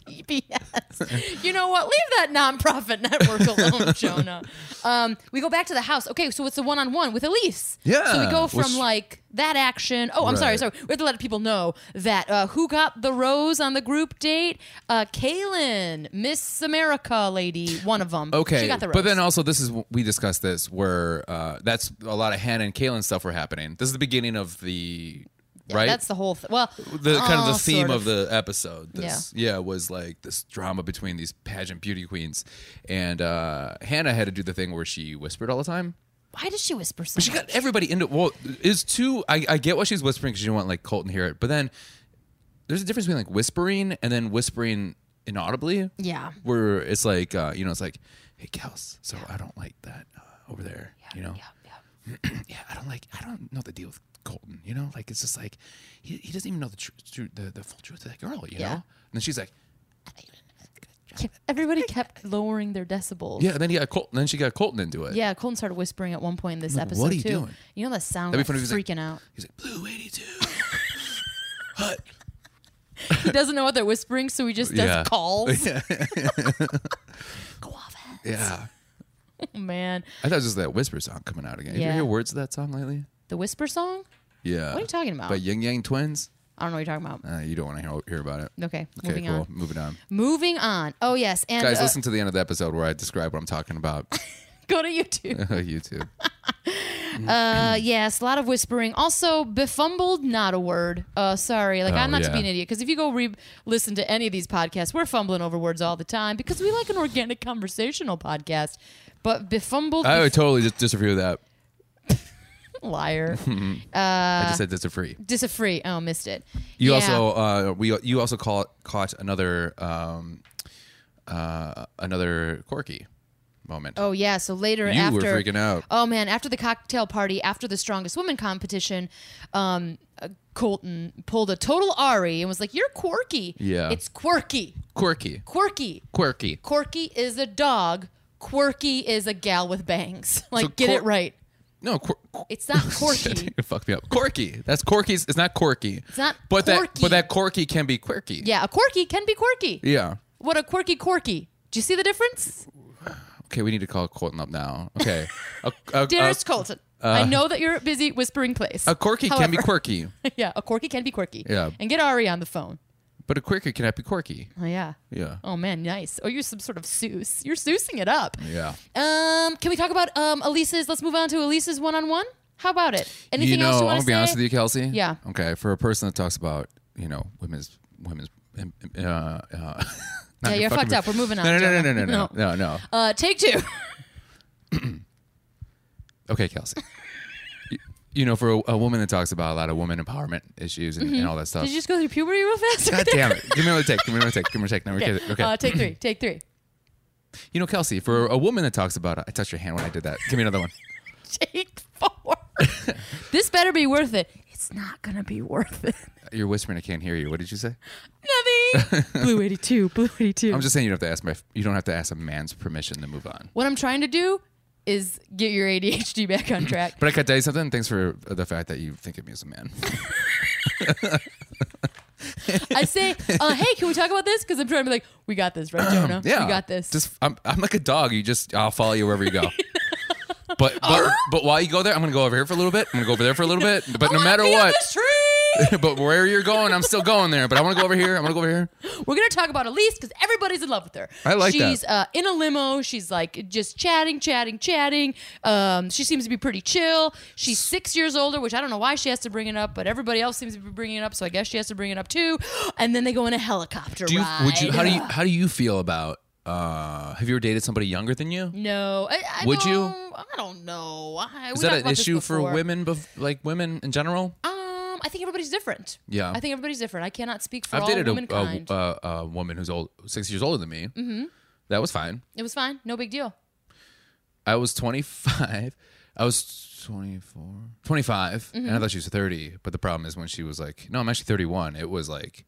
B: E PBS. you know what? Leave that nonprofit network alone, Jonah. Um, we go back to the house. Okay, so it's the one on one with Elise.
A: Yeah,
B: So we go from
A: which-
B: like that action. Oh, I'm sorry,
A: Right.
B: sorry. We have to let people know that uh, who got the rose on the group date? Uh, Kaylin, Miss America lady, one of them.
A: Okay,
B: She got the rose.
A: but then also this is we discussed this where uh, that's a lot of Hannah and Kaylin stuff were happening. This is the beginning of the right.
B: That's the whole thing. Well,
A: the kind of
B: uh,
A: the theme
B: sort
A: of. the episode. This, yeah, was like this drama between these pageant beauty queens, and uh, Hannah had to do the thing where she whispered all the time.
B: Why does she whisper so
A: She
B: much?
A: got everybody into well. Is too. I, I get why she's whispering because she didn't want like Colton to hear it, but then there's a difference between like whispering and then whispering inaudibly.
B: Yeah.
A: where it's like uh, you know it's like, hey Kels, so I don't like that uh, over there. you know,
B: Yeah, yeah.
A: yeah, I don't like, I don't know the deal with Colton, you know? Like, it's just like, he, he doesn't even know the, tru- tru- the the full truth of that girl, you
B: Yeah.
A: know? And then she's like,
B: Everybody kept lowering their decibels.
A: yeah, and then he got Colton, then she got Colton into it.
B: Yeah, Colton started whispering at one point in this
A: like,
B: episode
A: "What are you
B: too.
A: doing?"
B: You know that sound
A: That'd be funny
B: like
A: if he was
B: freaking out.
A: He's like, Blue 82. Hut.
B: He doesn't know what they're whispering, so he just does
A: Yeah.
B: calls. Go off it.
A: Yeah.
B: Oh, man.
A: I thought it was just that whisper song coming out again. Have
B: Yeah.
A: you hear words of that song lately?
B: The whisper song?
A: Yeah. What
B: are you talking about?
A: By Yin Yang Twins?
B: I don't know what you're talking about.
A: Uh, you don't want to hear, hear about it.
B: Okay,
A: Uh, Okay,
B: moving
A: cool.
B: on.
A: Moving on.
B: Moving on. Oh yes, and
A: Guys,
B: uh,
A: listen to the end of the episode where I describe what I'm talking about.
B: go to YouTube.
A: YouTube.
B: Uh, yes, a lot of whispering. Also, befumbled, not a word. Uh, sorry, like I'm
A: Oh,
B: not to
A: yeah.
B: be an idiot because if you go re- listen to any of these podcasts, we're fumbling over words all the time because we like an organic conversational podcast. But befumbled,
A: I
B: bef-
A: would totally dis- disagree with that.
B: liar,
A: I
B: Uh,
A: just said disagree.
B: disagree. Oh, missed it. Yeah.
A: You also uh, we you also call, caught another um, uh, another quirky moment.
B: Oh yeah, so later
A: You
B: after
A: were freaking out.
B: Oh man, after the cocktail party, after the strongest woman competition, um, uh, Colton pulled a total Ari and was like, "You're quirky."
A: Yeah.
B: it's quirky,
A: Quirky,
B: quirky.
A: quirky.
B: Quirky is a dog. Quirky is a gal with bangs. Like,
A: So
B: get
A: quir-
B: it right.
A: No, quir- quir-
B: It's not quirky.
A: Shit, you fucked me up. Quirky. That's quirky's. It's not quirky. It's
B: not
A: But that
B: quirky.
A: but that quirky can be quirky.
B: yeah, a quirky can be quirky.
A: Yeah. Uh,
B: What a quirky quirky. Do you see the difference?
A: Okay, we need to call Colton up now. Okay. A, a,
B: Dearest
A: a,
B: Colton, I know that you're busy whispering place.
A: uh, a quirky can be
B: However-
A: quirky,
B: yeah, a quirky can be quirky.
A: Yeah.
B: And get Ari on the phone.
A: but a quirky cannot be quirky.
B: Oh, yeah.
A: Yeah.
B: Oh man, nice. Oh, you're some sort of seuss. You're seussing it up.
A: Yeah.
B: Um, can we talk about um Elise's? Let's move on to Elise's one-on-one. How about it? Anything
A: you know,
B: else you
A: I'm
B: want
A: gonna
B: to
A: be
B: say?
A: honest with you, Kelsey.
B: Yeah.
A: Okay, for a person that talks about you know women's women's. Um, uh, uh, not
B: Yeah,
A: your
B: you're
A: fucking-
B: fucked up. We're moving on,
A: No, no, no,
B: Jonah.
A: no, no, no, no, no.
B: Uh, take two.
A: Okay, Kelsey. You- You know, for a, a woman that talks about a lot of woman empowerment issues and, and all that stuff.
B: Mm-hmm. Did you just go through puberty real fast?
A: God damn it! Give me another take. Give me another take. Give me another take. No, we're kidding. Okay.
B: Uh, take three. Take three.
A: you know, Kelsey, for a woman that talks about, I touched your hand when I did that. Give me another one.
B: Take four. this better be worth it. It's not gonna be worth it.
A: You're whispering. I can't hear you. What did you say?
B: Nothing. Blue eighty-two. Blue eighty-two.
A: I'm just saying you don't have to ask my. You don't have to ask a man's permission to move on.
B: what I'm trying to do is get your ADHD back on track.
A: But I could tell you something. Thanks for the fact that you think of me as a man.
B: I say, uh, hey, can we talk about this? Because I'm trying to be like, we got this, right, Jonah?
A: Yeah,
B: we got this.
A: Just I'm, I'm like a dog. You just I'll follow you wherever you go. but but but while you go there, I'm gonna go over here for a little bit. I'm gonna go over there for a little bit. But
B: I
A: no
B: wanna
A: matter
B: be on
A: what,
B: this tree!
A: but where you're going, I'm still going there. But I want to go over here. I want to go over here.
B: We're gonna talk about Elise because everybody's in love with her.
A: I like that.
B: She's uh, in a limo. She's like just chatting, chatting, chatting. Um, she seems to be pretty chill. She's six years older, which I don't know why she has to bring it up, but everybody else seems to be bringing it up, so I guess she has to bring it up too. And then they go in a helicopter
A: Do you
B: ride.
A: would you how do you how do you feel about uh have you ever dated somebody younger than you?
B: No, I, I
A: Would you?
B: don't- I don't know. I,
A: Is that an issue for women, bef- like women in general?
B: Um, I think everybody's different.
A: Yeah.
B: I think everybody's different. I cannot speak for
A: I've
B: all
A: dated a, a,
B: womankind.
A: a, a woman who's old, six years older than me. Mm-hmm. That was fine.
B: it was fine. No big deal.
A: I was 25. I was 24, 25, and I
B: Mm-hmm.
A: thought she was 30. But the problem is when she was like, no, I'm actually 31. It was like,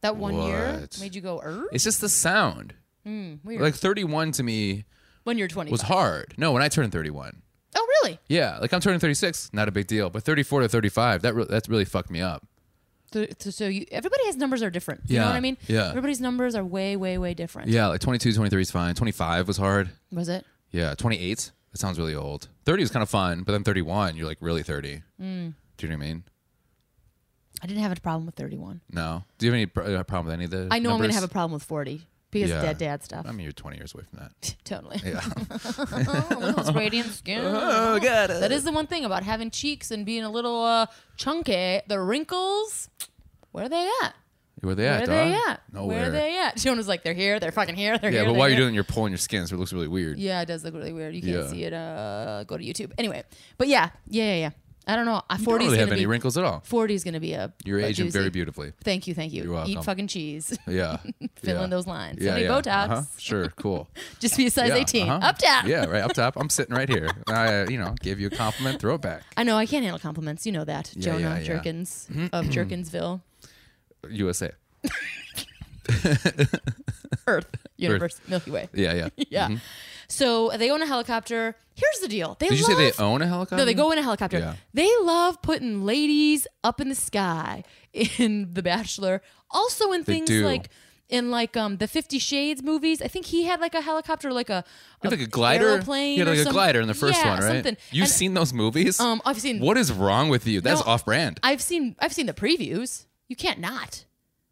B: That one year
A: What?
B: made you go er.
A: it's just the sound.
B: Mm, weird.
A: Like 31 to me
B: When you're 20.
A: was hard. No, when I turned 31.
B: Oh, really?
A: Yeah, like I'm turning 36, not a big deal. But 34 to 35, that re- that's really fucked me up.
B: So, so- so you, everybody has numbers are different. You know
A: Yeah,
B: what I mean?
A: yeah.
B: Everybody's numbers are way, way, way different.
A: Yeah, like 22, 23 is fine. 25 was hard.
B: Was it?
A: Yeah, 28. That sounds really old. 30 is kind of fun, but then 31, you're like really 30.
B: Mm.
A: Do you know what I mean?
B: I didn't have a problem with 31.
A: No. Do you have any pr- uh, problem with any of the?
B: I know I'm going to
A: numbers?
B: have a problem with 40 because
A: Yeah.
B: of dad dad stuff.
A: I mean, you're 20 years away from that.
B: totally.
A: Yeah.
B: oh, look at this radiant skin.
A: oh, God.
B: That is the one thing about having cheeks and being a little uh, chunky. The wrinkles, where are they at?
A: Where they
B: Where
A: at?
B: are they
A: dog?
B: at?
A: Nowhere.
B: Where are they at? Jonah's like, they're here, they're fucking here, they're
A: Yeah,
B: here.
A: but
B: they're
A: while you're
B: here."
A: doing it, you're pulling your skin, so it looks really weird.
B: Yeah, it does look really weird. You can't
A: Yeah.
B: see it. Uh, go to YouTube. Anyway, but yeah, yeah, yeah, yeah. I don't know. I
A: You don't
B: 40 is
A: really have
B: gonna
A: any
B: be
A: wrinkles at all.
B: 40 is gonna be a.
A: You're
B: a
A: aging very
B: doozy.
A: beautifully.
B: Thank you, thank you.
A: You're welcome.
B: Eat fucking cheese.
A: Yeah.
B: Fill
A: yeah.
B: in those lines.
A: Yeah,
B: Somebody
A: yeah.
B: Botox.
A: Uh-huh. Sure, cool.
B: Just be a size
A: Yeah,
B: 18.
A: uh-huh.
B: Up top.
A: Yeah, right up top. I'm sitting right here. I, uh, you know, gave you a compliment. Throw it back.
B: I know I can't handle compliments. You know that,
A: Yeah,
B: Jonah
A: yeah, Mm-hmm. yeah.
B: Jerkins of Jerkinsville,
A: USA.
B: Earth, universe, Milky Way.
A: Yeah, yeah.
B: Yeah. So they own a helicopter. Here's the deal. They
A: Did you
B: love,
A: say they own a helicopter?
B: No, they go in a helicopter.
A: Um, Yeah.
B: They love putting ladies up in the sky in The Bachelor. Also in things
A: do.
B: like in like um the Fifty Shades movies. I think he had like a helicopter, like a,
A: You have like a glider.
B: airplane
A: you had
B: or
A: like a
B: some-
A: glider in the first
B: yeah,
A: one, right?
B: Something.
A: You've
B: And
A: seen those movies?
B: Um, I've seen-
A: What is wrong with you? That's
B: No,
A: off brand.
B: I've seen I've seen the previews. You can't not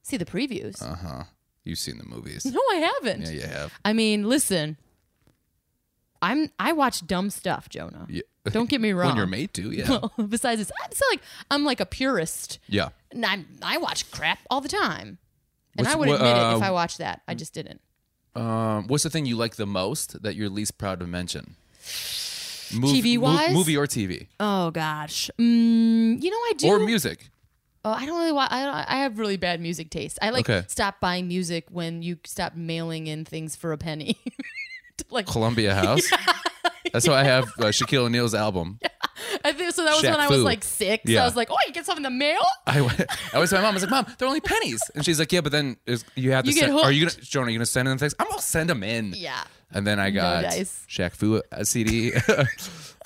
B: see the previews.
A: Uh huh. You've seen the movies.
B: no, I haven't.
A: Yeah, you have.
B: I mean, listen. I'm I watch dumb stuff, Jonah.
A: Yeah.
B: Don't get me wrong.
A: When you're made to, yeah.
B: Besides this, I'm so like I'm like a purist.
A: yeah.
B: And I'm, I watch crap all the time. And
A: What's-
B: I would
A: what,
B: admit it if
A: uh,
B: I watched that. I just didn't.
A: Um, what's the thing you like the most that you're least proud to mention? Mov-
B: TV wise?
A: mo- movie or TV
B: Oh gosh. Mm, you know I do.
A: or music?
B: oh, I don't really. Wa- I don't, I have really bad music taste. I like
A: Okay.
B: stop buying music when you stop mailing in things for a penny. like
A: Columbia House. That's how I have uh, Shaquille O'Neal's album.
B: I think so. That was
A: Shaq
B: when I was
A: Fu.
B: like six.
A: Yeah.
B: I was like, oh, you get something in the mail.
A: I, went, I always tell my mom, I was like, "Mom, they're only pennies," and she's like, "Yeah, but then is, you have to.
B: You get
A: send, are you gonna, Jonah? Are you gonna send them things? I'm gonna send them in."
B: Yeah.
A: And then I got
B: dice.
A: Shaq Fu a CD.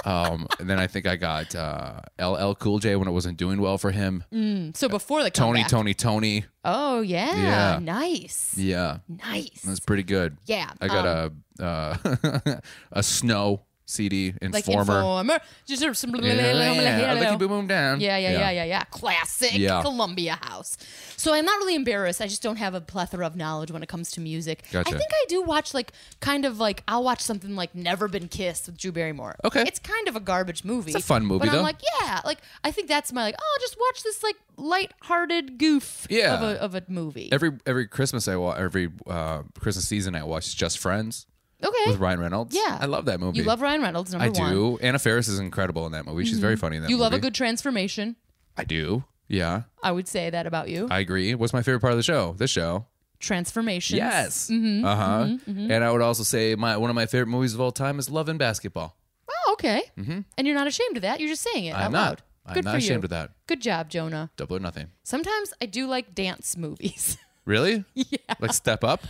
A: um, and then I think I got uh, LL Cool J when it wasn't doing well for him.
B: Mm, So before the
A: Tony,
B: comeback.
A: Tony, Tony.
B: Oh yeah.
A: Yeah.
B: Nice.
A: Yeah,
B: Nice.
A: that's pretty good.
B: Yeah, Um,
A: I got a uh, a Snow CD
B: like
A: Informer.
B: informer. Just sort of some.
A: Yeah, yeah, yeah. Licky boom boom down.
B: Yeah, yeah, yeah, yeah, yeah. Classic
A: Yeah.
B: Columbia House. So I'm not really embarrassed. I just don't have a plethora of knowledge when it comes to music.
A: Gotcha.
B: I think I do watch like kind of like I'll watch something like Never Been Kissed with Drew Barrymore.
A: Okay.
B: It's kind of a garbage movie.
A: It's a fun movie,
B: but
A: though.
B: I'm like, yeah, like I think that's my like, oh, just watch this like light-hearted goof
A: Yeah.
B: of a of a movie.
A: Every every Christmas I watch every uh, Christmas season I watch Just Friends
B: okay.
A: with Ryan Reynolds.
B: Eh, Yeah.
A: I love that movie.
B: you love Ryan Reynolds, number
A: I
B: one. Mm-hmm.
A: do. Anna Faris is incredible in that movie. She's very funny in that
B: You
A: movie.
B: love a good transformation.
A: I do. Yeah.
B: I would say that about you.
A: I agree. What's my favorite part of the show? This show.
B: Transformation.
A: Yes.
B: Mm-hmm.
A: uh huh. And I would also say my one of my favorite movies of all time is Love and Basketball.
B: Oh, okay. And you're not ashamed of that. You're just saying it.
A: Mm-hmm. I'm
B: out
A: not.
B: Loud.
A: I'm
B: Good
A: not
B: for
A: ashamed
B: you.
A: of that.
B: Good job, Jonah.
A: Double or nothing.
B: Sometimes I do like dance movies.
A: Really? Yeah. Like Step Up.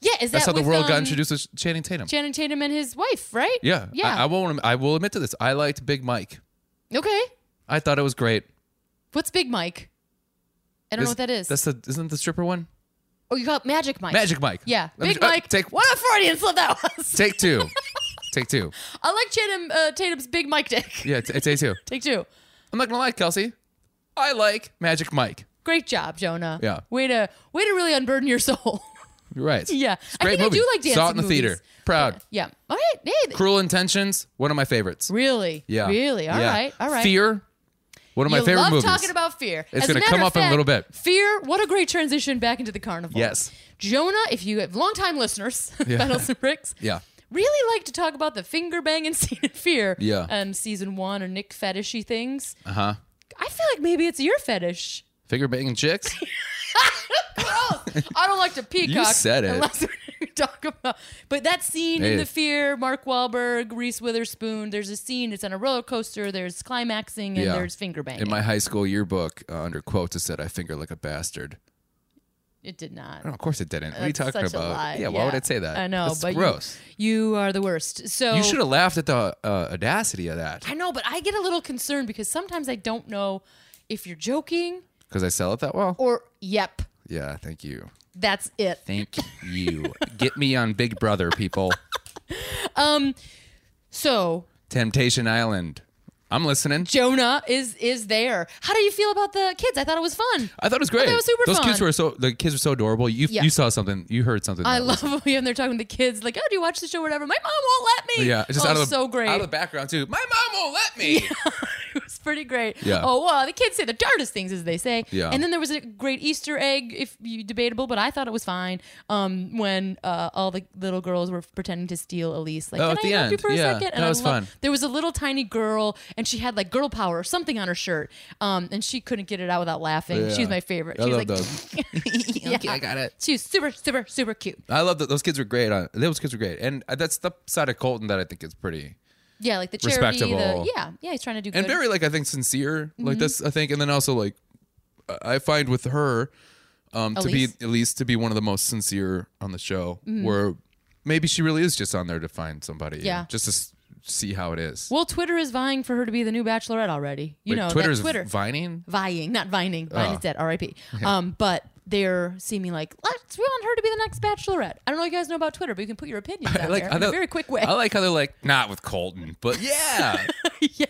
B: yeah, is that
A: That's how the
B: with,
A: world
B: um,
A: got introduced to Channing Tatum.
B: Channing Tatum and his wife, right?
A: yeah.
B: yeah.
A: I, I won't. I will admit to this. I liked Big Mike.
B: okay.
A: I thought it was great.
B: What's Big Mike? I don't know
A: Is-
B: what that is.
A: That's the isn't it the stripper one?
B: oh, you call it Magic Mike.
A: Magic Mike.
B: Yeah,
A: Let me-
B: Big
A: uh,
B: Mike.
A: take
B: what a Freudian slip that was.
A: Take two. take two.
B: I like Channing uh, Tatum's Big Mike dick.
A: Yeah. T- take two.
B: Take two.
A: I'm not gonna lie, Kelsey. I like Magic Mike.
B: Great job, Jonah.
A: Yeah.
B: Way to way to really unburden your soul.
A: You're right.
B: yeah. I
A: Great
B: think
A: movie.
B: I do like dance
A: Saw it in the
B: movies.
A: theater. Proud.
B: Yeah. All right. Hey,
A: Cruel Intentions, one of my favorites.
B: Really?
A: Yeah.
B: Really? All right.
A: Yeah.
B: All right.
A: Fear, one of my
B: you
A: favorite
B: love
A: movies.
B: talking about fear.
A: It's
B: As a
A: gonna
B: matter
A: come
B: of
A: up in a
B: fact,
A: little bit.
B: Fear. What a great transition back into the carnival.
A: Yes.
B: Jonah, if you have longtime listeners,
A: Yeah.
B: Battles and Bricks.
A: yeah.
B: Really like to talk about the finger banging scene in Fear.
A: Yeah.
B: Um, season one or Nick fetishy things.
A: Uh huh.
B: I feel like maybe it's your fetish.
A: Figure banging chicks.
B: Gross. I don't like to peacock.
A: said it.
B: Unless we talk about. But that scene
A: Hey.
B: in The Fear, Mark Wahlberg, Reese Witherspoon. There's a scene. It's on a roller coaster. There's climaxing and
A: Yeah.
B: there's finger banging.
A: in my high school yearbook, uh, under quotes, it said, "I finger like a bastard."
B: it did not.
A: No, of course it didn't. what are you
B: That's
A: talking
B: such a
A: about?
B: lie.
A: Yeah, Why would I say that?
B: I know,
A: That's
B: but you-
A: gross.
B: You, are the worst. So
A: You, should have laughed at the uh, audacity of that
B: I know, but I get a little concerned because sometimes I don't know if you're joking
A: because I sell it that well.
B: or yep,
A: Yeah. Thank you.
B: that's it.
A: Thank you. Get me on Big Brother, people.
B: So
A: Temptation Island. I'm listening.
B: Jonah is is there. How do you feel about the kids? I thought it was fun.
A: I thought it was great.
B: that was super
A: Those kids
B: fun.
A: were so the kids were so adorable. You
B: Yeah.
A: you saw something. You heard something.
B: I
A: that
B: love when they're talking to the kids, like, "Oh, do you watch the show? or Whatever." My mom won't let
A: was-
B: me.
A: Yeah, just
B: oh,
A: out of the,
B: so great.
A: out of the background too. My mom won't let me.
B: it was pretty great.
A: Yeah.
B: Oh wow, the kids say the darndest things, as they say.
A: Yeah.
B: And then there was a great Easter egg, if you debatable, but I thought it was fine. Um, when uh, all the little girls were pretending to steal Elise, like,
A: Oh,
B: can
A: at
B: I
A: the
B: help you
A: end.
B: for a
A: Yeah,
B: second?
A: that
B: I
A: was
B: love-
A: fun.
B: There was a little tiny girl, and she had like girl power or something on her shirt. Um, and she couldn't get it out without laughing. She
A: Yeah.
B: was my favorite.
A: I
B: she was
A: love
B: like,
A: those.
B: yeah.
A: Okay, I got it.
B: She was super, super, super cute.
A: I love that. Those kids were great. On those kids were great, and that's the side of Colton that I think is pretty
B: Yeah, like the charity.
A: Respectable.
B: The, yeah, yeah, he's trying to do good. Mm-hmm.
A: and very like I think sincere. Like that's I think, and then also like I I find with her um, to be
B: Elise? Mm-hmm.
A: at least to be one of the most sincere on the show, where maybe she really is just on there to find somebody,
B: Yeah.
A: just to s- see how it is.
B: well, Twitter is vying for her to be the new Bachelorette already. You
A: Wait,
B: know, that
A: Twitter's
B: Twitter.
A: vining.
B: vying, not vining. Vine
A: Ah.
B: is dead, R.I.P. Um, but they're seeming like let's we want her to be the next Bachelorette. I don't know if you guys know about Twitter, but you can put your opinions out there in
A: know-
B: a very quick way.
A: I Oh. like how they're like not with Colton, but yeah.
B: yeah,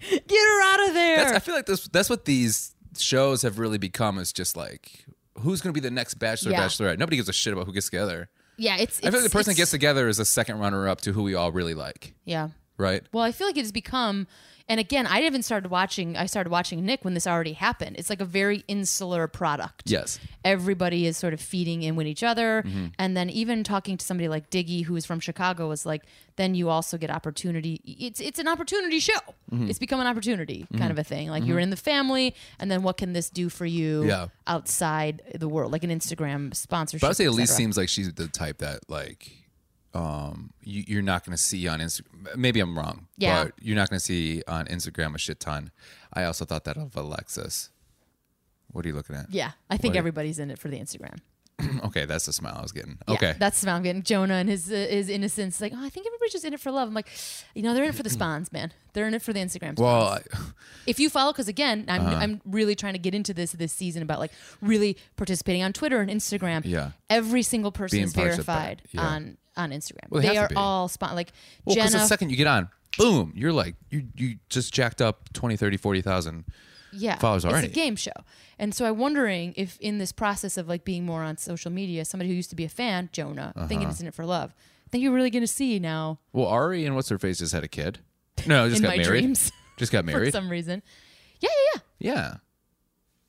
B: get her out of there.
A: that's, I feel like that's that's what these shows have really become is just like who's going to be the next bachelor
B: Yeah.
A: bachelorette. Nobody gives a shit about who gets together.
B: yeah, it's,
A: I feel like the
B: it's-
A: person that
B: it's-
A: gets together is a second runner up to who we all really like,
B: yeah.
A: right?
B: Well, I feel like it has become, and again, I haven't started watching. I started watching Nick when this already happened. It's like a very insular product.
A: Yes.
B: everybody is sort of feeding in with each other.
A: Mm-hmm.
B: And then even talking to somebody like Diggy, who is from Chicago, is like, then you also get opportunity. It's it's an opportunity show.
A: Mm-hmm.
B: It's become an opportunity kind of a thing. Like you're in the family, and then what can this do for you
A: Yeah.
B: outside the world, like an Instagram sponsorship?
A: But I would say
B: et
A: Elise
B: cetera.
A: seems like she's the type that like um you, you're not going to see on Instagram. Maybe I'm wrong.
B: Yeah.
A: But you're not going to see on Instagram a shit ton. I also thought that of Alexis. What are you looking at?
B: Yeah, I think
A: Like-
B: everybody's in it for the Instagram.
A: Okay, that's the smile I was getting.
B: Yeah,
A: okay.
B: that's the I'm getting. Jonah and his uh, his innocence. Like, oh, I think everybody's just in it for love. I'm like, you know, they're in it for the spawns, man. They're in it for the Instagram. spawns.
A: well, I,
B: if you follow because again I'm,
A: Uh-huh.
B: I'm really trying to get into this this season about like really participating on twitter and instagram
A: Yeah.
B: every single person
A: Being
B: is
A: part of that,
B: verified
A: yeah.
B: on on instagram
A: Well, they
B: they,
A: have
B: are
A: to be.
B: all spot like
A: Well, because the
B: jenna
A: second you get on, boom, you're like, you you just jacked up 20, 30, 40,000.
B: yeah
A: followers
B: it's
A: already.
B: a game show and so i'm wondering if in this process of like being more on social media somebody who used to be a fan jonah
A: Uh-huh.
B: thinking it's in it for love i think you're really gonna see now
A: Well, Ari and what's her face just had a kid. No, just
B: In
A: got
B: my
A: married.
B: dreams.
A: Just got
B: for
A: married.
B: some reason yeah yeah
A: yeah.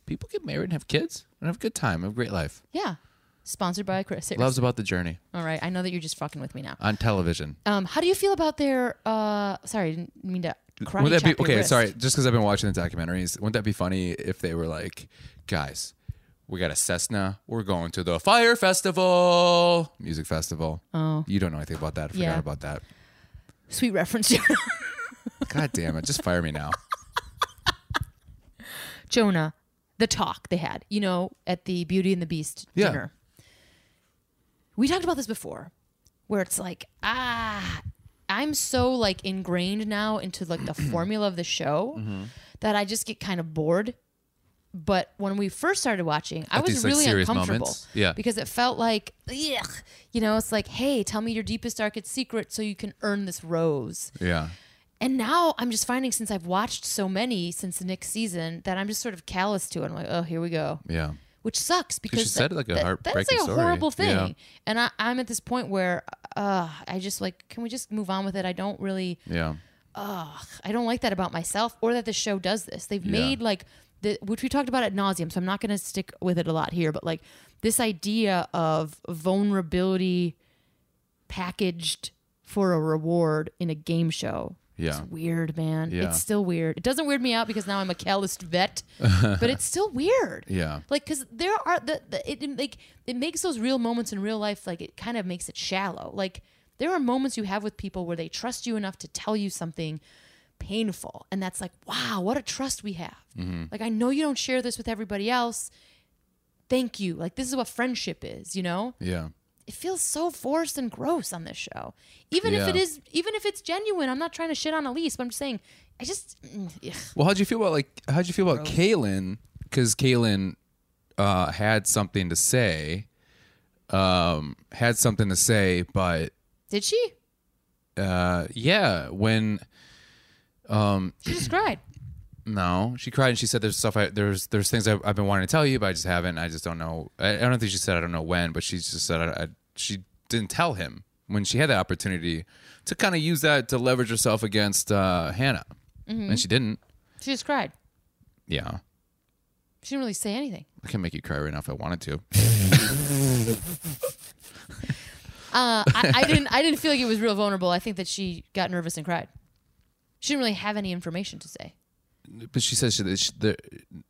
A: People get married and have kids and have a good time, have a great life.
B: yeah yeah sponsored by chris Harris.
A: Love's about the journey
B: all right i know that you're just fucking with me now
A: on television.
B: Um, how do you feel about their? Uh, sorry, I didn't mean to. Karate
A: Would that be
B: chop your
A: okay?
B: wrist.
A: Sorry, just because I've been watching the documentaries, wouldn't that be funny if they were like, guys, we got a Cessna, we're going to the Fire Festival, music festival. Oh, you don't know anything about that. I forgot
B: Yeah.
A: about that.
B: Sweet reference, Jonah.
A: God damn it! Just fire me now.
B: Jonah. The talk they had, you know, at the Beauty and the Beast
A: Yeah.
B: dinner. We talked about this before, where it's like, ah, I'm so like ingrained now into like the formula of the show
A: Mm-hmm.
B: that I just get kind of bored. But when we first started watching, I
A: At
B: was
A: these, like,
B: really
A: serious
B: uncomfortable.
A: moments? Yeah.
B: Because it felt like, ugh, you know, it's like, hey, tell me your deepest, darkest secret so you can earn this rose.
A: Yeah.
B: And now I'm just finding since I've watched so many since the next season that I'm just sort of callous to it. I'm like, oh, here we go,
A: Yeah.
B: which sucks because
A: said it like a
B: that's
A: heartbreaking
B: like a
A: story.
B: horrible thing.
A: Yeah.
B: And I, I'm at this point where uh, I just like, can we just move on with it? I don't really,
A: Yeah.
B: I don't like that about myself or that the show does this. They've made like the which we talked about at nauseum, so I'm not going to stick with it a lot here. But like this idea of vulnerability packaged for a reward in a game show.
A: Yeah.
B: It's weird, man.
A: Yeah.
B: It's still weird. It doesn't weird me out because now I'm a calloused vet, but it's still weird.
A: Yeah.
B: Like, cause there are the, the it, it like it makes those real moments in real life like it kind of makes it shallow. Like there are moments you have with people where they trust you enough to tell you something painful, and that's like, wow, what a trust we have.
A: Mm-hmm.
B: Like I know you don't share this with everybody else. Thank you. Like this is what friendship is, you know
A: Yeah.
B: it feels so forced and gross on this show. Even if
A: Yeah.
B: it is, even if it's genuine, I'm not trying to shit on Elise, but I'm just saying, I just, mm, ugh.
A: Well, how'd you feel about like how'd you feel about Kaylin? Because Kaylin uh, had something to say, um, had something to say, but
B: did she?
A: uh, yeah, when
B: She just cried.
A: no, she cried and she said, "There's stuff. I, there's there's things I, I've been wanting to tell you, but I just haven't. I just don't know. I, I don't think she said I don't know when, but she just said I, I, she didn't tell him when she had the opportunity to kind of use that to leverage herself against uh, Hannah, and she didn't.
B: She just cried.
A: Yeah,
B: She didn't really say anything.
A: I can make you cry right now if I wanted to.
B: Uh, I, I didn't. I didn't feel like it was real vulnerable. I think that she got nervous and cried. She didn't really have any information to say.
A: But she says she, that she the,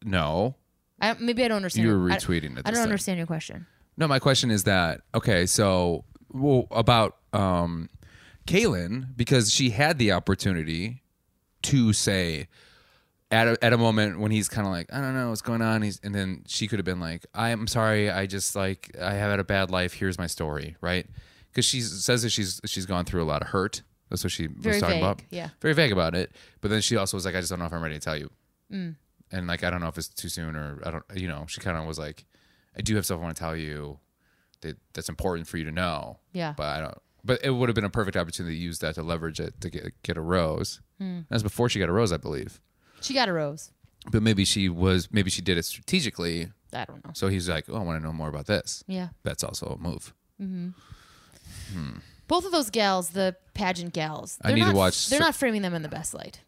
A: no,
B: I, maybe I don't understand.
A: You were
B: I-
A: retweeting
B: I,
A: it
B: don't
A: this time.
B: understand your question.
A: no. My question is that okay? So well, about um, Kaylin because she had the opportunity to say at a, at a moment when he's kind of like I don't know what's going on. He's and then she could have been like I'm sorry. I just like I have had a bad life. Here's my story, right? Because she says that she's she's gone through a lot of hurt. That's what she
B: Very
A: was talking
B: vague,
A: about.
B: yeah.
A: very vague about it. But then she also was like, I just don't know if I'm ready to tell you.
B: Mm.
A: and like I don't know if it's too soon or I don't you know she kind of was like I do have stuff I want to tell you that that's important for you to know
B: Yeah.
A: but I don't but it would have been a perfect opportunity to use that to leverage it to get get a rose
B: Hmm.
A: that's before she got a rose I believe
B: She got a rose.
A: but maybe she was maybe she did it strategically
B: I don't know.
A: so he's like oh I want to know more about this
B: Yeah.
A: that's also a move
B: Both of those gals, the pageant gals,
A: I
B: they're
A: need to
B: not-
A: watch
B: They're
A: Sur-
B: not framing them in the best light.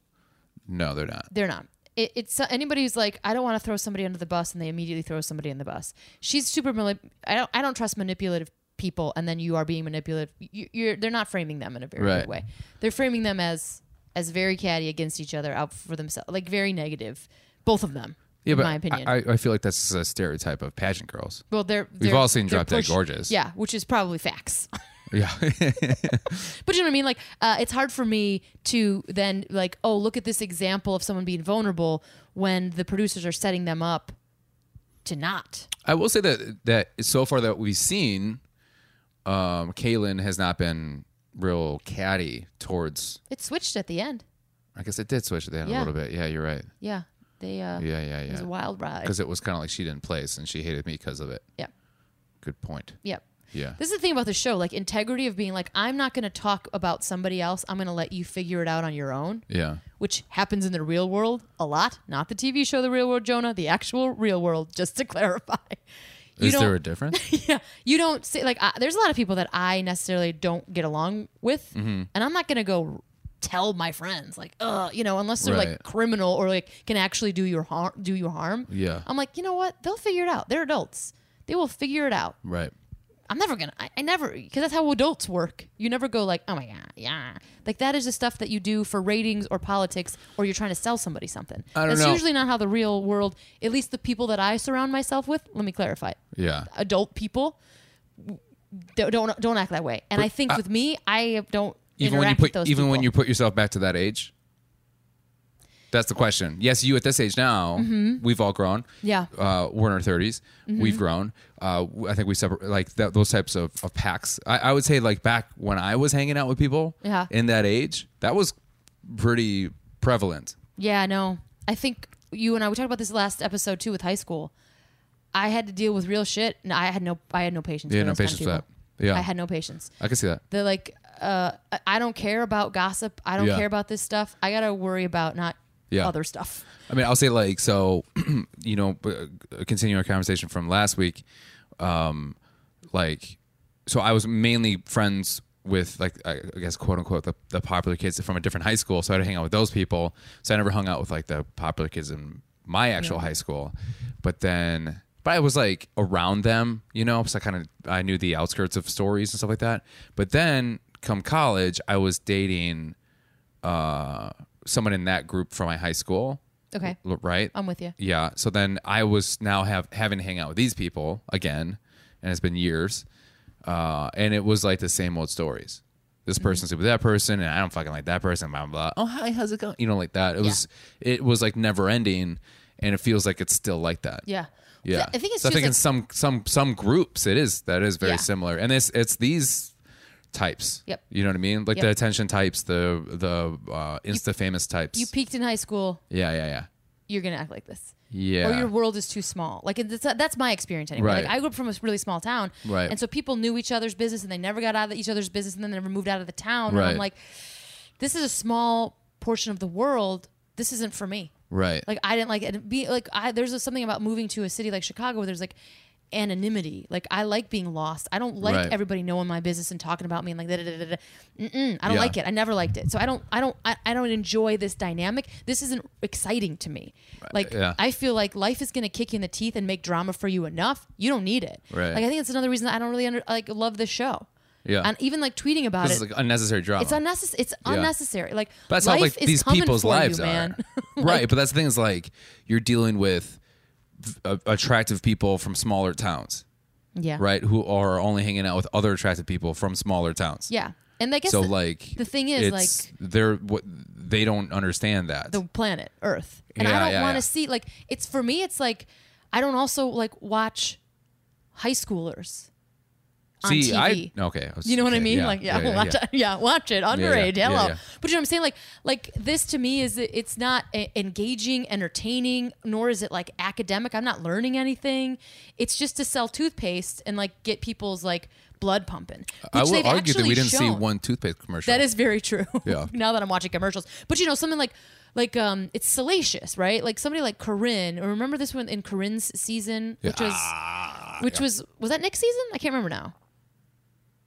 A: no they're not
B: They're not. It, it's uh, anybody who's like, I don't want to throw somebody under the bus, and they immediately throw somebody in the bus. She's super. Mali- I don't. I don't trust manipulative people, and then you are being manipulative. You, you're. They're not framing them in a very
A: Right.
B: good way. They're framing them as as very catty against each other, out for themselves, like very negative. Both of them,
A: yeah
B: in
A: but
B: my opinion.
A: I, I feel like that's a stereotype of pageant girls
B: well, they're,
A: We've
B: they're-
A: all seen
B: they're
A: Drop Dead
B: push-
A: Gorgeous.
B: Yeah, which is probably facts.
A: yeah
B: But you know what I mean? Like, uh, it's hard for me to then like, oh, look at this example of someone being vulnerable when the producers are setting them up to not.
A: I will say that that so far that we've seen, um, Kaylin has not been real catty towards.
B: It switched at the end.
A: I guess it did switch at the end
B: Yeah.
A: a little bit. Yeah, you're right.
B: Yeah, they. Uh,
A: Yeah, yeah,
B: It was a
A: yeah.
B: wild ride.
A: Because it was kind of like she didn't place and she hated me because of it.
B: Yep.
A: Good point.
B: Yep.
A: Yeah.
B: This is the thing about the show, like integrity of being like, I'm not going to talk about somebody else. I'm going to let you figure it out on your own,
A: Yeah.
B: which happens in the real world a lot. Not the TV show, The Real World, Jonah, the actual real world, just to clarify. You
A: Is
B: don't-
A: there a difference?
B: yeah, you don't say like I, there's a lot of people that I necessarily don't get along with,
A: Mm-hmm.
B: and I'm not gonna go tell my friends like, uh, you know, unless they're
A: Right.
B: like criminal or like can actually do your harm, do you harm.
A: Yeah.
B: I'm like, you know what? They'll figure it out. They're adults. They will figure it out.
A: right.
B: I'm never gonna. I, I never because that's how adults work. You never go like, oh my god, yeah. Like that is the stuff that you do for ratings or politics, or you're trying to sell somebody something.
A: I don't
B: that's
A: know.
B: usually not how the real world. At least the people that I surround myself with. Let me clarify
A: Yeah.
B: adult people don't don't, don't act that way. And I think with me, I don't
A: Even when you
B: interact
A: put
B: with those
A: even when
B: people. Oh.
A: you put yourself back to that age. That's the question. Yes, you at this age now,
B: Mm-hmm.
A: we've all grown.
B: Yeah.
A: uh, we're in our 30s.
B: Mm-hmm.
A: We've grown. Uh, I think we separate like that, those types of, of packs. I, I would say like back when I was hanging out with people
B: Yeah.
A: in that age, that was pretty prevalent.
B: yeah, no, I think you and I we talked about this last episode too with high school. I had to deal with real shit, and I had no I had no patience.
A: You
B: for
A: had no
B: those kind of
A: patience for that.
B: people.
A: Yeah.
B: I had no patience.
A: I can see that.
B: They're like, uh, I- I don't care about gossip. I don't
A: Yeah.
B: care about this stuff. I gotta worry about not
A: Yeah.
B: other stuff.
A: I mean, I'll say like so. you know, b- continuing our conversation from last week, um, like so I was mainly friends with like I I guess quote unquote the, the popular kids from a different high school, so I'd hang out with those people. So I never hung out with like the popular kids in my actual high school, but then. But I was like around them, you know, so I kind of I knew the outskirts of stories and stuff like that. But then come college, I was dating uh, someone in that group from my high school,
B: Okay,
A: L- right?
B: I'm with you.
A: yeah. So then I was now have having to hang out with these people again, and it's been years, uh, and it was like the same old stories. This
B: Mm-hmm.
A: person sleep with that person, and I don't fucking like that person. Blah blah. blah. Oh hi, how's it going? You know, like that. It was it was like never ending, and it feels like it's still like that.
B: Yeah,
A: Yeah,
B: I think it's
A: So I
B: just
A: think
B: like,
A: in some some some groups it is that is very
B: Yeah.
A: similar, and it's it's these types.
B: Yep.
A: You know what I mean? Like
B: Yep.
A: the attention types, the the uh, insta famous types.
B: you peaked in high school.
A: yeah, yeah, yeah.
B: You're gonna act like this. or your
A: Yeah.
B: world is too small. Like it's, that's my experience anyway.
A: Right.
B: Like I grew up from a really small town,
A: Right.
B: And so people knew each other's business, and they never got out of each other's business, and then they never moved out of the town. And
A: Right.
B: I'm like, this is a small portion of the world. This isn't for me.
A: Right.
B: Like I didn't like it. Be like I there's a, something about moving to a city like Chicago where there's like anonymity. Like I like being lost. I don't like
A: Right.
B: everybody knowing my business and talking about me and like da da da da. da. Mm-mm, I don't
A: Yeah.
B: like it. I never liked it. So I don't. I don't. I, I don't enjoy this dynamic. This isn't exciting to me. Like
A: Yeah.
B: I feel like life is gonna kick you in the teeth and make drama for you enough. You don't need it.
A: Right.
B: Like I think that's another reason I don't really under, like love this show.
A: yeah.
B: And even like tweeting about
A: this
B: it.
A: is like unnecessary drama.
B: it's unnecessary. It's unnecessary. Like
A: But that's
B: life
A: how like
B: is
A: these
B: coming
A: people's
B: for
A: lives
B: you,
A: are.
B: man.
A: right, but that's the thing is like you're dealing with uh, attractive people from smaller towns,
B: yeah.
A: right? Who are only hanging out with other attractive people from smaller towns.
B: Yeah. And I guess
A: So
B: the-
A: like
B: the thing is,
A: it's- they're what they don't understand that.
B: the planet Earth. And
A: Yeah,
B: I don't
A: yeah,
B: want to see
A: yeah.
B: like it's for me it's like I don't also like watch high schoolers on
A: See,
B: TV.
A: I okay. I was-
B: you know what I
A: okay,
B: mean? like, yeah, watch It, yeah, watch it
A: yeah,
B: underage.
A: yeah,
B: hello,
A: yeah.
B: but you know what I'm saying? Like, like this to me is it's not e- engaging, entertaining, nor is it like academic. I'm not learning anything. It's just to sell toothpaste and like get people's like blood pumping. Which
A: I
B: they've
A: will argue that
B: actually
A: we didn't see
B: shown.
A: one toothpaste commercial.
B: That is very true.
A: Yeah.
B: now that I'm watching commercials, but you know something like like um it's salacious, right? Like somebody like Corinne. Or remember this one in Corinne's season, which was which was was that next season? I can't remember now.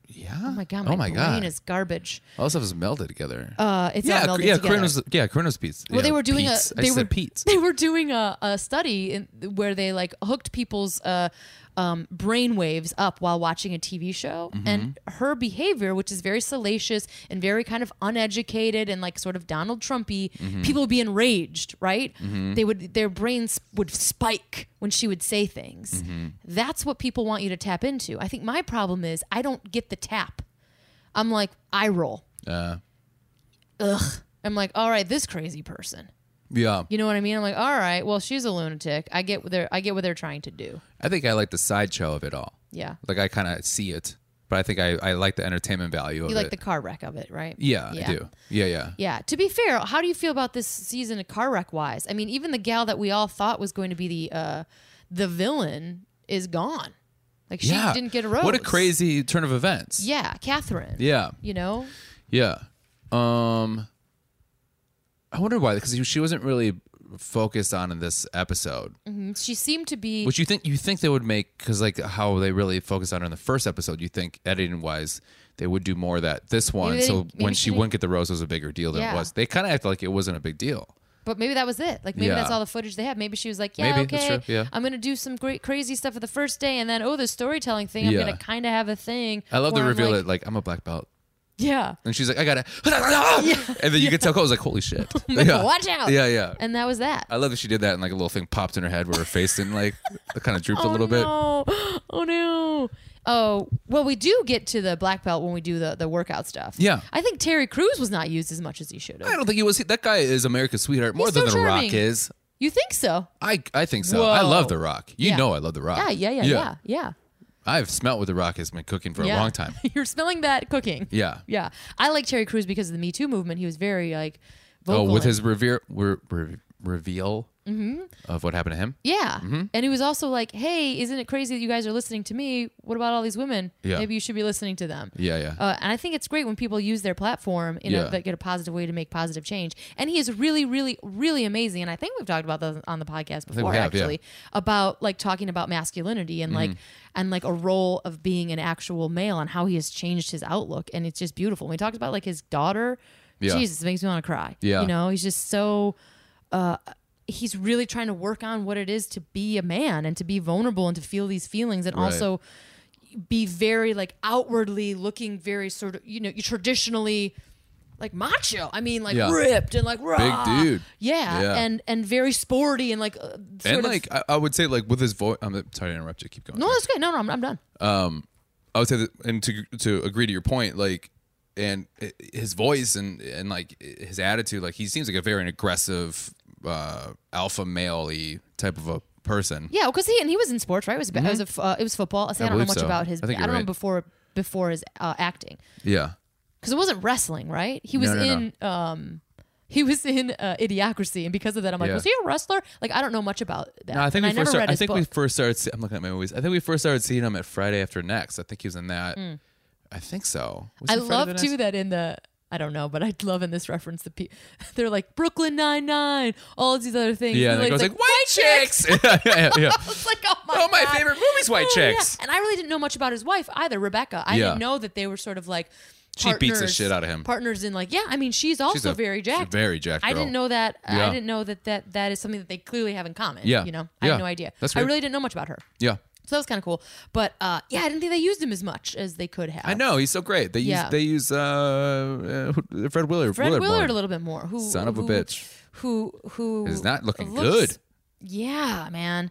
A: yeah.
B: Oh my god, my,
A: oh my
B: brain
A: god.
B: is garbage.
A: All this stuff is melded together.
B: Uh, it's
A: yeah,
B: not
A: Cor-
B: melded
A: yeah,
B: together.
A: Corinne was yeah, Corinne was Pete's.
B: well, they were doing
A: Pete's.
B: a they
A: I
B: were
A: said Pete's.
B: they were doing a, a study in, where they like hooked people's uh, um, brain waves up while watching a TV show,
A: Mm-hmm.
B: and her behavior, which is very salacious and very kind of uneducated and like sort of Donald Trumpy,
A: Mm-hmm.
B: people would be enraged, right? They would their brains would spike when she would say things.
A: Mm-hmm.
B: That's what people want you to tap into. I think my problem is I don't get the tap. I'm like I roll.
A: Uh,
B: Ugh. I'm like, all right, this crazy person.
A: yeah.
B: You know what I mean? I'm like, all right, well, she's a lunatic. I get what they're I get what they're trying to do.
A: I think I like the sideshow of it all.
B: Yeah.
A: Like I kind of see it, but I think I, I like the entertainment value of
B: You like
A: it.
B: the car wreck of it, right?
A: yeah, I do. Yeah, yeah.
B: Yeah. To be fair, how do you feel about this season of car wreck wise? I mean, even the gal that we all thought was going to be the uh the villain is gone. Like she
A: yeah.
B: didn't get a rose.
A: What a crazy turn of events.
B: Yeah, Catherine.
A: Yeah.
B: You know?
A: Yeah. Um I wonder why because she wasn't really focused on in this episode.
B: Mhm. She seemed to be
A: Which you think you think they would make cuz like how they really focused on her in the first episode, you think editing wise they would do more of that this one
B: they
A: so
B: didn't- maybe
A: when
B: she
A: she
B: didn't-
A: wouldn't get the rose was a bigger deal than
B: Yeah.
A: it was. They kind of act like it wasn't a big deal.
B: But maybe that was it. Like maybe
A: Yeah.
B: that's all the footage they have. Maybe she was like, yeah,
A: Maybe, that's
B: okay,
A: true, yeah.
B: I'm gonna do some great crazy stuff for the first day, and then oh, the storytelling thing. I'm
A: Yeah.
B: gonna kind of have a thing.
A: I love
B: where
A: the
B: I'm
A: reveal
B: like-
A: that like I'm a black belt
B: Yeah.
A: And she's like, I got it. And then you could tell Cole was like, holy shit.
B: Watch out.
A: Yeah, yeah.
B: And that was that.
A: I love that she did that and like a little thing popped in her head where her face didn't like, kind of drooped a
B: oh,
A: little bit.
B: no. Oh no. Oh well, we do get to the black belt when we do the the workout stuff.
A: Yeah.
B: I think Terry Crews was not used as much as he should
A: I
B: have.
A: don't think he was. That guy is America's sweetheart more
B: He's
A: than
B: so
A: The
B: charming.
A: Rock is.
B: You think so?
A: I, I think so.
B: Whoa.
A: I love The Rock. You
B: Yeah.
A: know I love The Rock.
B: Yeah, yeah, yeah, yeah, yeah.
A: I've smelt what The Rock has been cooking for
B: yeah.
A: a long time.
B: You're smelling that cooking.
A: Yeah.
B: Yeah. I like Terry Crews because of the Me Too movement. He was very like
A: Oh,
B: vocal.
A: with
B: and-
A: his reveal, re, re- reveal
B: Mm-hmm.
A: of what happened to him.
B: Yeah.
A: Mm-hmm.
B: And he was also like, hey, isn't it crazy that you guys are listening to me? What about all these women?
A: Yeah.
B: Maybe you should be listening to them.
A: Yeah, yeah.
B: Uh, and I think it's great when people use their platform in a,
A: Yeah.
B: like, in a positive way to make positive change. And he is really, really, really amazing. And I think we've talked about this on the podcast
A: we
B: before,
A: have, yeah.
B: actually, about like talking about masculinity and like
A: Mm-hmm.
B: and like a role of being an actual male and how he has changed his outlook. And it's just beautiful. When we talked about like his daughter,
A: Yeah.
B: Jesus, it makes me want to cry.
A: Yeah.
B: you know, he's just so. Uh, he's really trying to work on what it is to be a man and to be vulnerable and to feel these feelings and
A: Right.
B: also be very like outwardly looking very sort of you know you traditionally like macho i mean like
A: Yeah.
B: ripped and like rah.
A: dude.
B: yeah,
A: Yeah.
B: and and very sporty and like uh, sort
A: and
B: of-
A: like, I, I would say, like, with his voice, I'm sorry to interrupt you. Keep going.
B: no that's good no no i'm, I'm done
A: I would say that, and to to agree to your point, like, and i- his voice and and like his attitude, like he seems like a very aggressive, uh, alpha male type of a person.
B: yeah because he and he was in sports right it was, it was a f uh, it was football i, say, I don't know
A: believe
B: much
A: so.
B: about his
A: Mm-hmm.
B: i,
A: I think
B: don't
A: you're
B: know
A: right.
B: before before his uh, acting
A: Yeah,
B: because it wasn't wrestling right he was
A: no, no.
B: in um He was in uh, Idiocracy, and because of that, I'm like,
A: Yeah.
B: was he a wrestler? Like, I don't know much about that.
A: No, I think
B: and
A: we
B: I never
A: first. Start,
B: read
A: I
B: his
A: think
B: book.
A: we first started. se- I'm looking at my movies. I think we first started seeing him at Friday After Next. I think he was in that. I think so.
B: Hmm.
A: Was
B: I
A: he Friday the
B: love
A: Next?
B: too that in the I don't know, but I love in this reference the pe- they're like Brooklyn Nine Nine, all these other things.
A: Yeah,
B: And
A: and it
B: it's
A: goes like, white chicks. yeah, yeah, yeah.
B: It's like oh my,
A: Oh, my
B: God.
A: favorite movie's White
B: Oh, yeah.
A: Chicks.
B: And I really didn't know much about his wife either, Rebecca. I
A: Yeah.
B: didn't know that they were sort of like
A: She beats the
B: partners-
A: shit out of him.
B: Partners in like yeah, I mean she's also
A: a-
B: very
A: she's a
B: jacked.
A: very jacked
B: I
A: girl.
B: didn't know that. I
A: Yeah.
B: didn't know that that that is something that they clearly have in common.
A: Yeah.
B: you know, I
A: Yeah.
B: had no idea.
A: That's
B: I
A: weird.
B: really didn't know much about her.
A: Yeah.
B: So that was kind of cool, but uh, yeah, I didn't think they used him as much as they could have.
A: I know he's so great. They
B: Yeah.
A: use they use uh, uh Fred Willard.
B: Fred Willard,
A: more.
B: a little bit more. Who
A: Son of a
B: who-
A: bitch.
B: Who who
A: Is not looking good.
B: Yeah, man.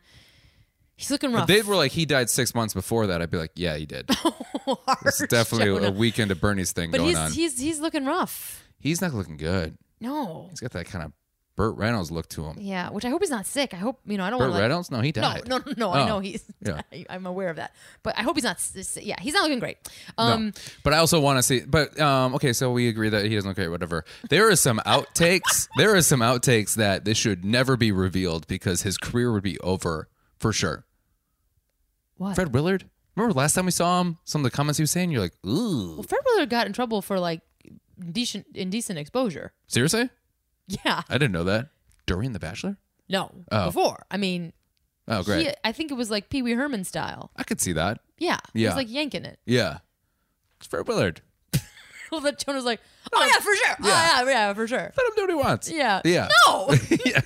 B: He's looking
A: If
B: rough.
A: they were like he died six months before that, I'd be like, yeah, he did. This is
B: Harsh,
A: definitely
B: Jonah.
A: a weekend of Bernie's thing
B: But
A: going
B: he's
A: on.
B: he's he's looking rough.
A: he's not looking good.
B: No.
A: He's got that kind of Burt Reynolds look to him.
B: Yeah, which I hope he's not sick. I hope you know. I don't
A: Burt
B: want to. Like,
A: Reynolds? No, he
B: no,
A: died.
B: no, no, no.
A: Oh.
B: I know he's.
A: Yeah.
B: I'm aware of that, but I hope he's not. s- s- Yeah, he's not looking great.
A: No.
B: Um,
A: But I also want to see. But um, okay, so we agree that he doesn't look great. Whatever. There are some outtakes. there are some outtakes that this should never be revealed because his career would be over for sure.
B: what?
A: Fred Willard. Remember last time we saw him? Some of the comments he was saying. You're like, ooh,
B: Well, Fred Willard got in trouble for like indecent indecent exposure.
A: seriously?
B: Yeah.
A: I didn't know that. During The Bachelor?
B: No.
A: Oh.
B: Before. I mean,
A: Oh, great.
B: he- I think it was like Pee Wee Herman style.
A: I could see that.
B: Yeah. He
A: Yeah.
B: was like yanking it.
A: Yeah. It's Fred Willard.
B: Well, that Jonah was like, oh, yeah, for sure. Oh, yeah, yeah, for sure.
A: Let him do what he wants.
B: Yeah.
A: Yeah.
B: No.
A: yeah.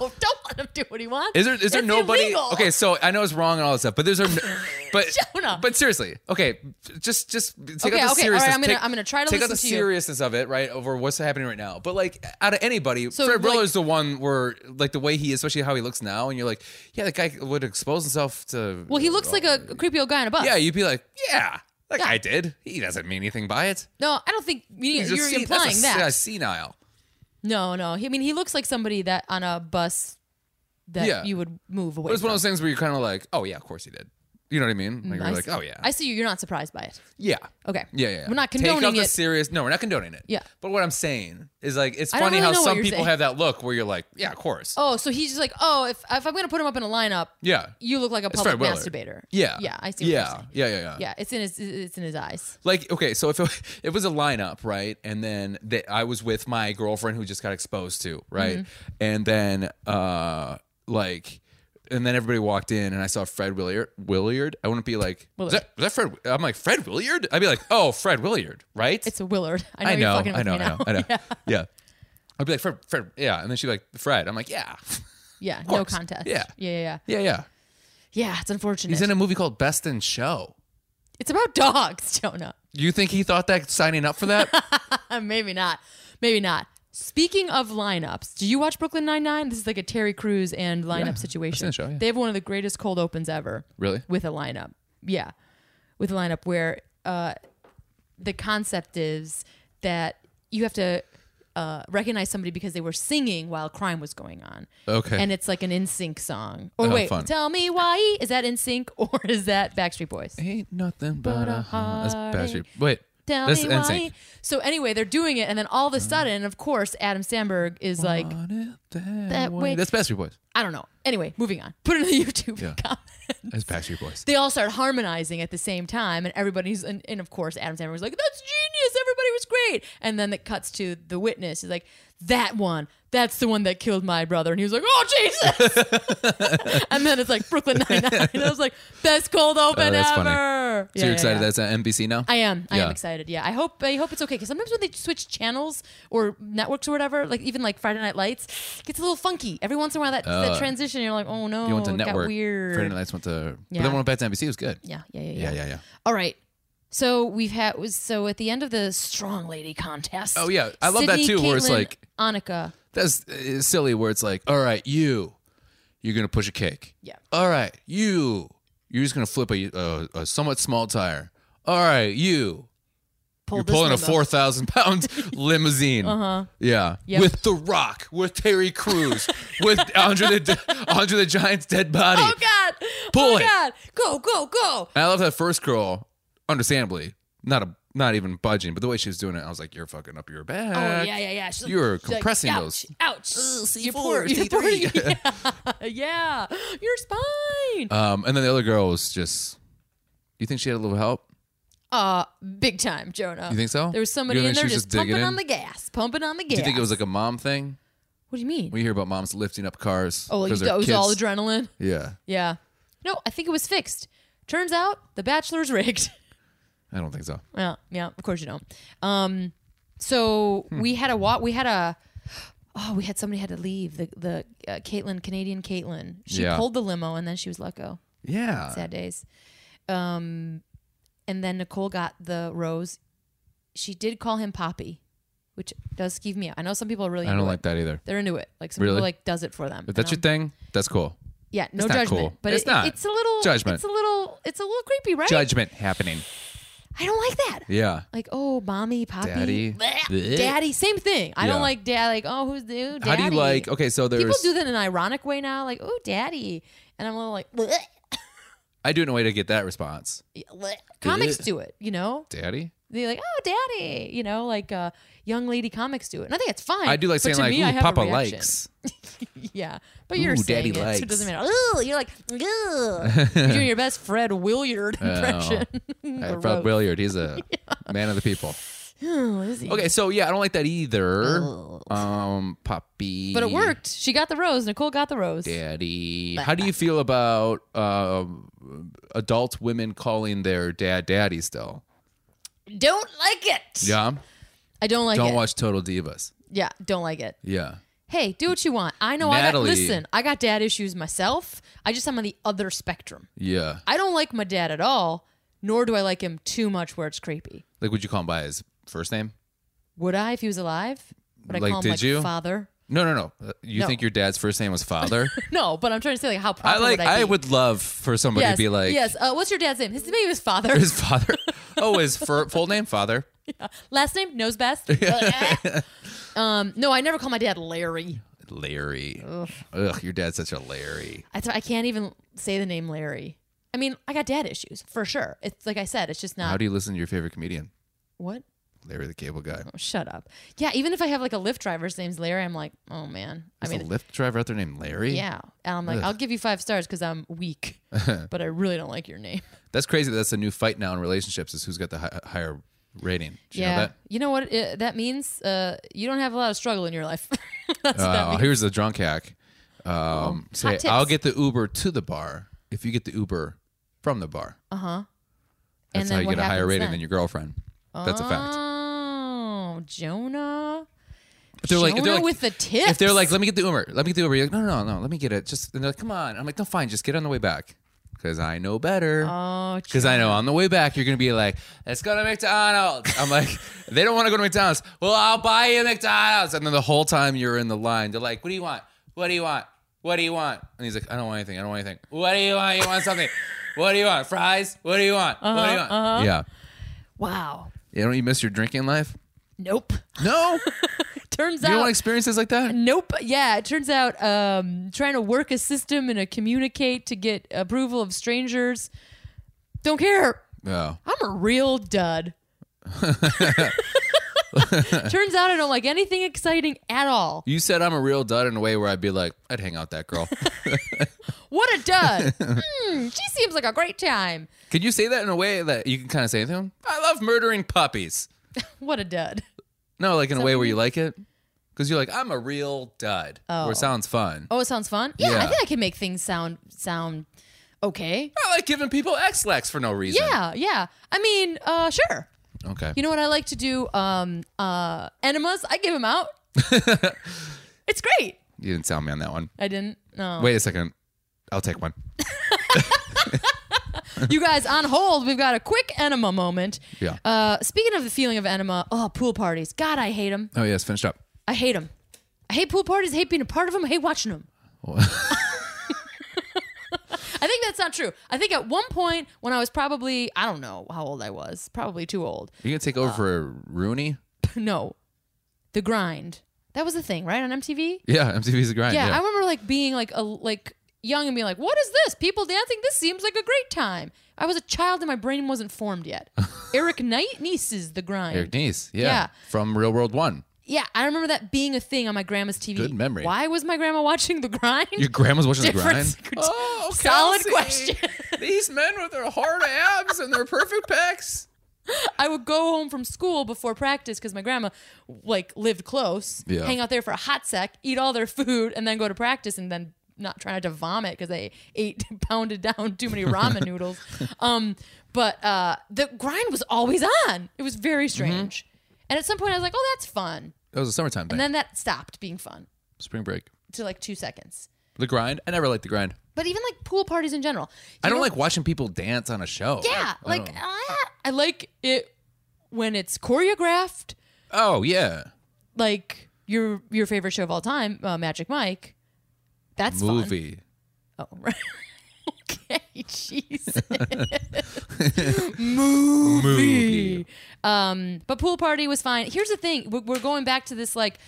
B: no, don't let him do what he wants.
A: Is there is there
B: It's
A: nobody?
B: illegal.
A: Okay, so I know it's wrong and all that stuff, but there's a, but
B: Jonah.
A: but seriously, okay, just just take
B: Okay,
A: out the
B: okay, all right,
A: seriousness.
B: I'm gonna-
A: take,
B: I'm gonna try to
A: take out the
B: listen to you.
A: seriousness of it, right, over what's happening right now. But like, out of anybody,
B: So,
A: Fred
B: like-
A: Willard's the one where like the way he, especially how he looks now, and you're like, yeah, the guy would expose himself to.
B: Well, he looks like a creepy old guy in a bus.
A: Oh. Yeah, you'd be like, yeah, that
B: Yeah.
A: guy did. He doesn't mean anything by it.
B: No, I don't think you,
A: He's just
B: you're
A: sen- that's
B: implying
A: a,
B: that.
A: yeah, senile.
B: No, no. He- I mean, he looks like somebody that on a bus that
A: Yeah.
B: you would move away.
A: But it's
B: from.
A: one of those things where you're kind of like, oh yeah, of course he did. You know what I mean? Like, you're
B: I
A: like,
B: see-
A: oh yeah,
B: I see you. You're not surprised by it.
A: yeah.
B: Okay.
A: Yeah, yeah, yeah.
B: We're not
A: Take out
B: condoning
A: the
B: it.
A: serious. No, we're not condoning it.
B: Yeah.
A: But what I'm saying is like it's
B: I don't
A: funny
B: really
A: how
B: know what
A: some
B: you're
A: people
B: saying.
A: have that look where you're like, yeah, of course.
B: Oh, so he's just like, oh, if, if I'm gonna put him up in a lineup,
A: Yeah.
B: you look like a
A: It's
B: public
A: Fred Willard.
B: masturbator.
A: Yeah.
B: yeah, I see. What
A: Yeah.
B: you're saying.
A: yeah. Yeah. Yeah.
B: yeah, it's in his, it's in his eyes.
A: Like okay, so if it, it was a lineup, right, and then that I was with my girlfriend who just got exposed to, right,
B: Mm-hmm.
A: and then uh like, and then everybody walked in, and I saw Fred Williard. Williard, I wouldn't be like, is that, is that Fred? I'm like Fred Williard. I'd be like, oh, Fred Williard, right?
B: It's a Willard. I know,
A: I
B: you're
A: know,
B: fucking
A: I
B: with
A: know,
B: me
A: I know,
B: now.
A: I know. Yeah.
B: Yeah,
A: I'd be like, Fred, Fred, yeah. And then she'd be like, Fred. I'm like, yeah.
B: yeah no
A: course.
B: contest.
A: Yeah.
B: yeah, yeah, yeah.
A: Yeah, yeah.
B: Yeah, it's unfortunate.
A: He's in a movie called Best in Show.
B: it's about dogs, Jonah. Uh,
A: You think he thought that signing up for that?
B: Maybe not. Maybe not. Speaking of lineups, do you watch Brooklyn Nine Nine? This is like a Terry Crews and lineup situation.
A: the show, yeah.
B: They have one of the greatest cold opens ever.
A: Really?
B: With a lineup, yeah, with a lineup where uh, the concept is that you have to uh, recognize somebody because they were singing while crime was going on.
A: Okay.
B: And it's like an In Sync song. Or
A: Oh,
B: wait,
A: fun.
B: tell me why is that In Sync or is that Backstreet Boys?
A: Ain't nothing but a heart. That's Backstreet.
B: heartache.
A: Wait.
B: Tell
A: that's
B: me
A: NSYNC.
B: why. So anyway, they're doing it, and then all of
A: Mm.
B: a sudden, of course, Adam Sandberg is like,
A: Want it that
B: That
A: way.
B: way.
A: That's Backstreet Boys.
B: I don't know. Anyway, moving on. Put it in the YouTube
A: Yeah.
B: comment.
A: That's Backstreet Boys.
B: They all start harmonizing at the same time, and everybody's and, and of course Adam Sandberg was like, "That's genius! Everybody was great." And then it cuts to the witness. He's like, "That one, that's the one that killed my brother," and he was like, "Oh Jesus!" and then it's like Brooklyn Nine Nine. I was like, "Best cold open
A: Oh, that's
B: ever."
A: funny.
B: Yeah,
A: so
B: yeah,
A: you're excited
B: yeah.
A: that's uh, at NBC now?
B: I am. I
A: Yeah.
B: am excited. Yeah. I hope. I hope it's okay because sometimes when they switch channels or networks or whatever, like even like Friday Night Lights, it gets a little funky every once in a while. That, that transition, you're like, oh no,
A: Uh. You went to
B: it
A: network.
B: got weird.
A: Friday Night Lights went to. But
B: Yeah.
A: then went back to NBC. It was good.
B: Yeah, yeah, yeah,
A: Yeah,
B: yeah,
A: yeah, yeah.
B: All right. So we've had was so at the end of the strong lady contest.
A: Oh, yeah. I love that,
B: Sydney,
A: too, where it's
B: Caitlin,
A: like-
B: Annika.
A: That's uh, silly. Where it's like, all right, you, you're gonna push a cake.
B: Yeah.
A: All right, you, you're just gonna flip a a, a somewhat small tire. All right, you,
B: Pulled
A: you're pulling a
B: this limo.
A: four thousand pound limousine. Uh huh. Yeah.
B: Yep.
A: With The Rock, with Terry Crews, with Andre the Andre the Giant's dead body.
B: Oh God!
A: Pull
B: oh
A: it.
B: God! Go, Oh, go, go!
A: And I love that first girl. Understandably, not a not even budging, but the way she was doing it, I was like, "You're fucking up your back."
B: Oh yeah, yeah, yeah. She's like-
A: You're
B: she's like,
A: compressing
B: ouch,
A: those.
B: Ouch!
A: C4,
B: you're
A: C3.
B: yeah, yeah, your spine.
A: Um, and then the other girl was just. You think she had a little help?
B: Uh, big time, Jonah.
A: You think so?
B: There was somebody
A: You
B: in
A: think she
B: there
A: was
B: just,
A: just digging
B: pumping
A: in?
B: on the gas, pumping on the gas.
A: Do you think it was like a mom thing?
B: What do you mean?
A: We hear about moms lifting up cars.
B: oh, like,
A: 'cause
B: that
A: their
B: was all
A: kids-
B: adrenaline.
A: Yeah,
B: Yeah. No, I think it was fixed. Turns out the bachelor's rigged.
A: I don't think so.
B: Yeah, yeah, of course you don't. Um, so
A: Hmm.
B: we had a walk. We had a. Oh, we had somebody had to leave. The the uh, Caitlin, Canadian Caitlin. She
A: Yeah.
B: pulled the limo and then she was let go.
A: Yeah,
B: Sad days. Um, and then Nicole got the rose. She did call him Poppy, which does give me. I know some people are really.
A: I
B: into
A: don't
B: it.
A: like that either.
B: They're into it. Like some
A: Really?
B: people like does it for them.
A: If that's
B: And
A: your thing, that's cool.
B: I'm- yeah, no
A: not
B: judgment.
A: cool.
B: But
A: It's
B: it-
A: not.
B: It's a little
A: Judgment.
B: It's a little. It's a little creepy, right?
A: Judgment happening.
B: I don't like that.
A: Yeah.
B: like oh mommy poppy
A: Daddy.
B: bleh,
A: Bleh.
B: daddy same thing i
A: Yeah.
B: don't like dad like oh who's the daddy
A: How do you like? Okay, so
B: people
A: there's.
B: do that in an ironic way now like oh daddy and i'm a little like bleh,
A: I do know a way to get that response.
B: bleh. comics
A: Bleh.
B: do it you know
A: Daddy.
B: they're like oh daddy you know like uh young lady comics do it and i think it's fine
A: I do like
B: But
A: saying
B: to
A: like,
B: me, I
A: "Ooh,
B: have a
A: Papa
B: reaction."
A: likes."
B: yeah but you're
A: Ooh,
B: saying
A: daddy
B: it so
A: likes.
B: it doesn't matter oh you're like "Ugh." you're doing your best fred williard
A: Oh,
B: impression
A: Uh,
B: The
A: Fred
B: rope.
A: Willard, he's a man of the people.
B: Oh, is he?
A: Okay, so yeah, I don't like that either.
B: Oh.
A: Um, Poppy.
B: but it worked she got the rose nicole got the rose
A: Daddy. How do you feel about um adult women calling their dad daddy still?
B: don't like it.
A: Yeah.
B: I don't like
A: don't
B: it.
A: watch Total Divas.
B: yeah, don't like it.
A: Yeah.
B: Hey, do what you want. I know
A: Natalie-
B: I got listen, I got dad issues myself. I just I'm on the other spectrum.
A: Yeah.
B: I don't like my dad at all, nor do I like him too much where it's creepy.
A: Like, would you call him by his first name?
B: Would I if he was alive? Would I
A: Like,
B: call him
A: did
B: like
A: you?
B: father?
A: No, no, no. Uh, You
B: No.
A: think your dad's first name was Father?
B: No, but I'm trying to say like how proper
A: I like.
B: would
A: I,
B: I, be?
A: would love for somebody
B: yes,
A: to be like
B: Yes. Uh, what's your dad's name? His name is father.
A: his father. oh, his fir- full name Father.
B: Last name knows best. Uh, um, no, I never call my dad Larry.
A: Larry. Ugh. your dad's such a Larry.
B: I, I can't even say the name Larry. I mean, I got dad issues for sure. It's like I said, it's just not
A: How do you listen to your favorite comedian?
B: what.
A: Larry the Cable Guy.
B: Oh, shut up. Yeah, even if I have like a Lyft driver's name's Larry, I'm like, oh man. I
A: There's
B: mean,
A: a Lyft driver out there named Larry.
B: yeah. And I'm like, I'll give you five stars because I'm weak, but I really don't like your name.
A: That's crazy. that That's a new fight now in relationships. Is who's got the hi- higher rating? Did
B: yeah.
A: You know that?
B: You know what uh that means? Uh, you don't have a lot of struggle in your life. That's what that
A: Uh,
B: means.
A: here's the drunk hack. Um, say,
B: tips.
A: I'll get the Uber to the bar if you get the Uber from the bar. Uh huh.
B: Uh-huh. And
A: That's
B: then
A: how you
B: what
A: get a higher
B: happens
A: rating
B: then? Ah,
A: than your girlfriend. That's a fact.
B: Oh, Jonah.
A: If they're like, if they're
B: Jonah
A: like,
B: with the tips.
A: if they're like, let me get the Uber, let me get the Uber. You're like, no, no, no, no, let me get it. Just and they're like, come on. I'm like, no, fine, just get on the way back because I know better.
B: oh,
A: Because I know on the way back you're gonna be like, "Let's go to McDonald's." I'm like, "They don't want to go to McDonald's." Well, I'll buy you McDonald's. And then the whole time you're in the line, they're like, "What do you want? What do you want? What do you want?" And he's like, "I don't want anything. I don't want anything. What do you want? You want something? what do you want? Fries? What do you want? what do you want?" Yeah.
B: wow.
A: You don't you miss your drinking life?
B: Nope.
A: No.
B: Turns
A: you don't
B: out.
A: want experiences like that.
B: Nope. Yeah, it turns out um, trying to work a system and a communicate to get approval of strangers. Don't care.
A: No.
B: I'm a real dud. turns out I don't like anything exciting at all.
A: You said I'm a real dud in a way where I'd be like, "I'd hang out with that girl."
B: What a dud. Hmm, she seems like a great time.
A: Could you say that in a way that you can kind of say to him? I love murdering puppies.
B: What a dud.
A: No, like in a way where you like it, because you're like, I'm a real dud. Oh, or it sounds fun.
B: Oh, it sounds fun. Yeah, I
A: Yeah.
B: think I can make things sound sound okay.
A: I like giving people X-Lax for no reason.
B: Yeah, yeah. I mean, uh, sure.
A: Okay.
B: You know what I like to do? Um, uh, enemas. I give them out. it's great.
A: You didn't sound me on that one.
B: I didn't. No.
A: Wait a second. I'll take one.
B: You guys on hold. We've got a quick enema moment.
A: Yeah.
B: Uh, speaking of the feeling of enema, oh, pool parties. God, I hate them.
A: Oh yes, finished up.
B: I hate them. I hate pool parties. I hate being a part of them. I hate watching them. I think that's not true. I think at one point when I was probably, I don't know how old I was, probably too old.
A: You gonna take
B: Uh.
A: over for Rooney?
B: no, the grind. That was a thing, right? On MTV?
A: Yeah, MTV's a grind.
B: yeah,
A: Yeah.
B: I remember like being like a like young and being like, "What is this? People dancing? This seems like a great time." I was a child and my brain wasn't formed yet. Eric Knight nieces the grind.
A: Eric Neese. Yeah.
B: Yeah.
A: From Real World One.
B: Yeah, I remember that being a thing on my grandma's TV.
A: Good memory.
B: Why was my grandma watching The Grind?
A: Your grandma's watching
B: Difference-
A: the grind. Oh,
B: Solid Kelsey. question.
A: These men with their hard abs and their perfect pecs.
B: I would go home from school before practice because my grandma like lived close,
A: Yeah.
B: hang out there for a hot sec, eat all their food, and then go to practice and then not try not to vomit because they ate pounded down too many ramen noodles. Um, but uh, the grind was always on. It was
A: Mm-hmm.
B: very strange. And at some point, I was like, "Oh, that's fun,"
A: That was a summertime thing.
B: and then that stopped being fun
A: Spring break.
B: to like two seconds.
A: The grind. I never liked the grind.
B: But even like pool parties in general,
A: I
B: You
A: don't
B: know-
A: like watching people dance on a show.
B: Yeah,
A: I
B: like
A: don't-
B: ah, I like it when it's choreographed.
A: oh yeah,
B: like your your favorite show of all time, uh, Magic Mike. That's Fun.
A: movie.
B: Oh, right. okay, jeez.
A: Movie.
B: Um, but pool party was fine. Here's the thing: we're, we're going back to this like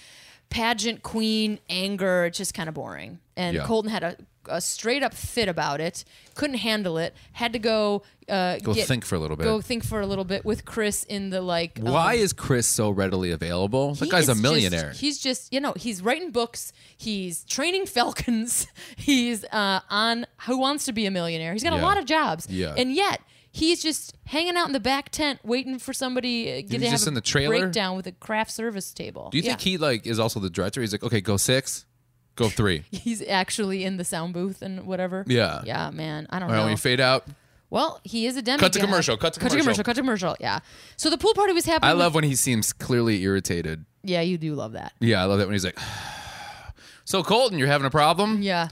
B: pageant queen anger. It's just kind of boring. And
A: Yeah.
B: Colton had a, a straight up fit about it. Couldn't handle it. Had to go uh,
A: Go think for a little bit.
B: Go think for a little bit with Chris in the like. um,
A: Why is Chris so readily available? That
B: He
A: guy's a
B: is just-
A: millionaire.
B: he's just, you know, he's writing books. He's training falcons. He's uh, on Who Wants to Be a Millionaire. He's got a
A: Yeah.
B: lot of jobs.
A: Yeah.
B: And yet, he's just hanging out in the back tent waiting for somebody uh, get to
A: he
B: have
A: just
B: a
A: in the trailer?
B: breakdown with a craft service table.
A: Do you think he like is also the director? He's like, okay, go six, go three.
B: He's actually in the sound booth and whatever.
A: Yeah.
B: Yeah, man. I don't
A: All right,
B: know.
A: when we fade out.
B: well, he is a demigod.
A: to commercial, cut to
B: cut to commercial.
A: commercial.
B: Cut to commercial. Yeah. So the pool party was happening.
A: I love when he seems clearly irritated.
B: Yeah, you do love that.
A: Yeah, I love that when he's like, so Colton, you're having a problem.
B: Yeah.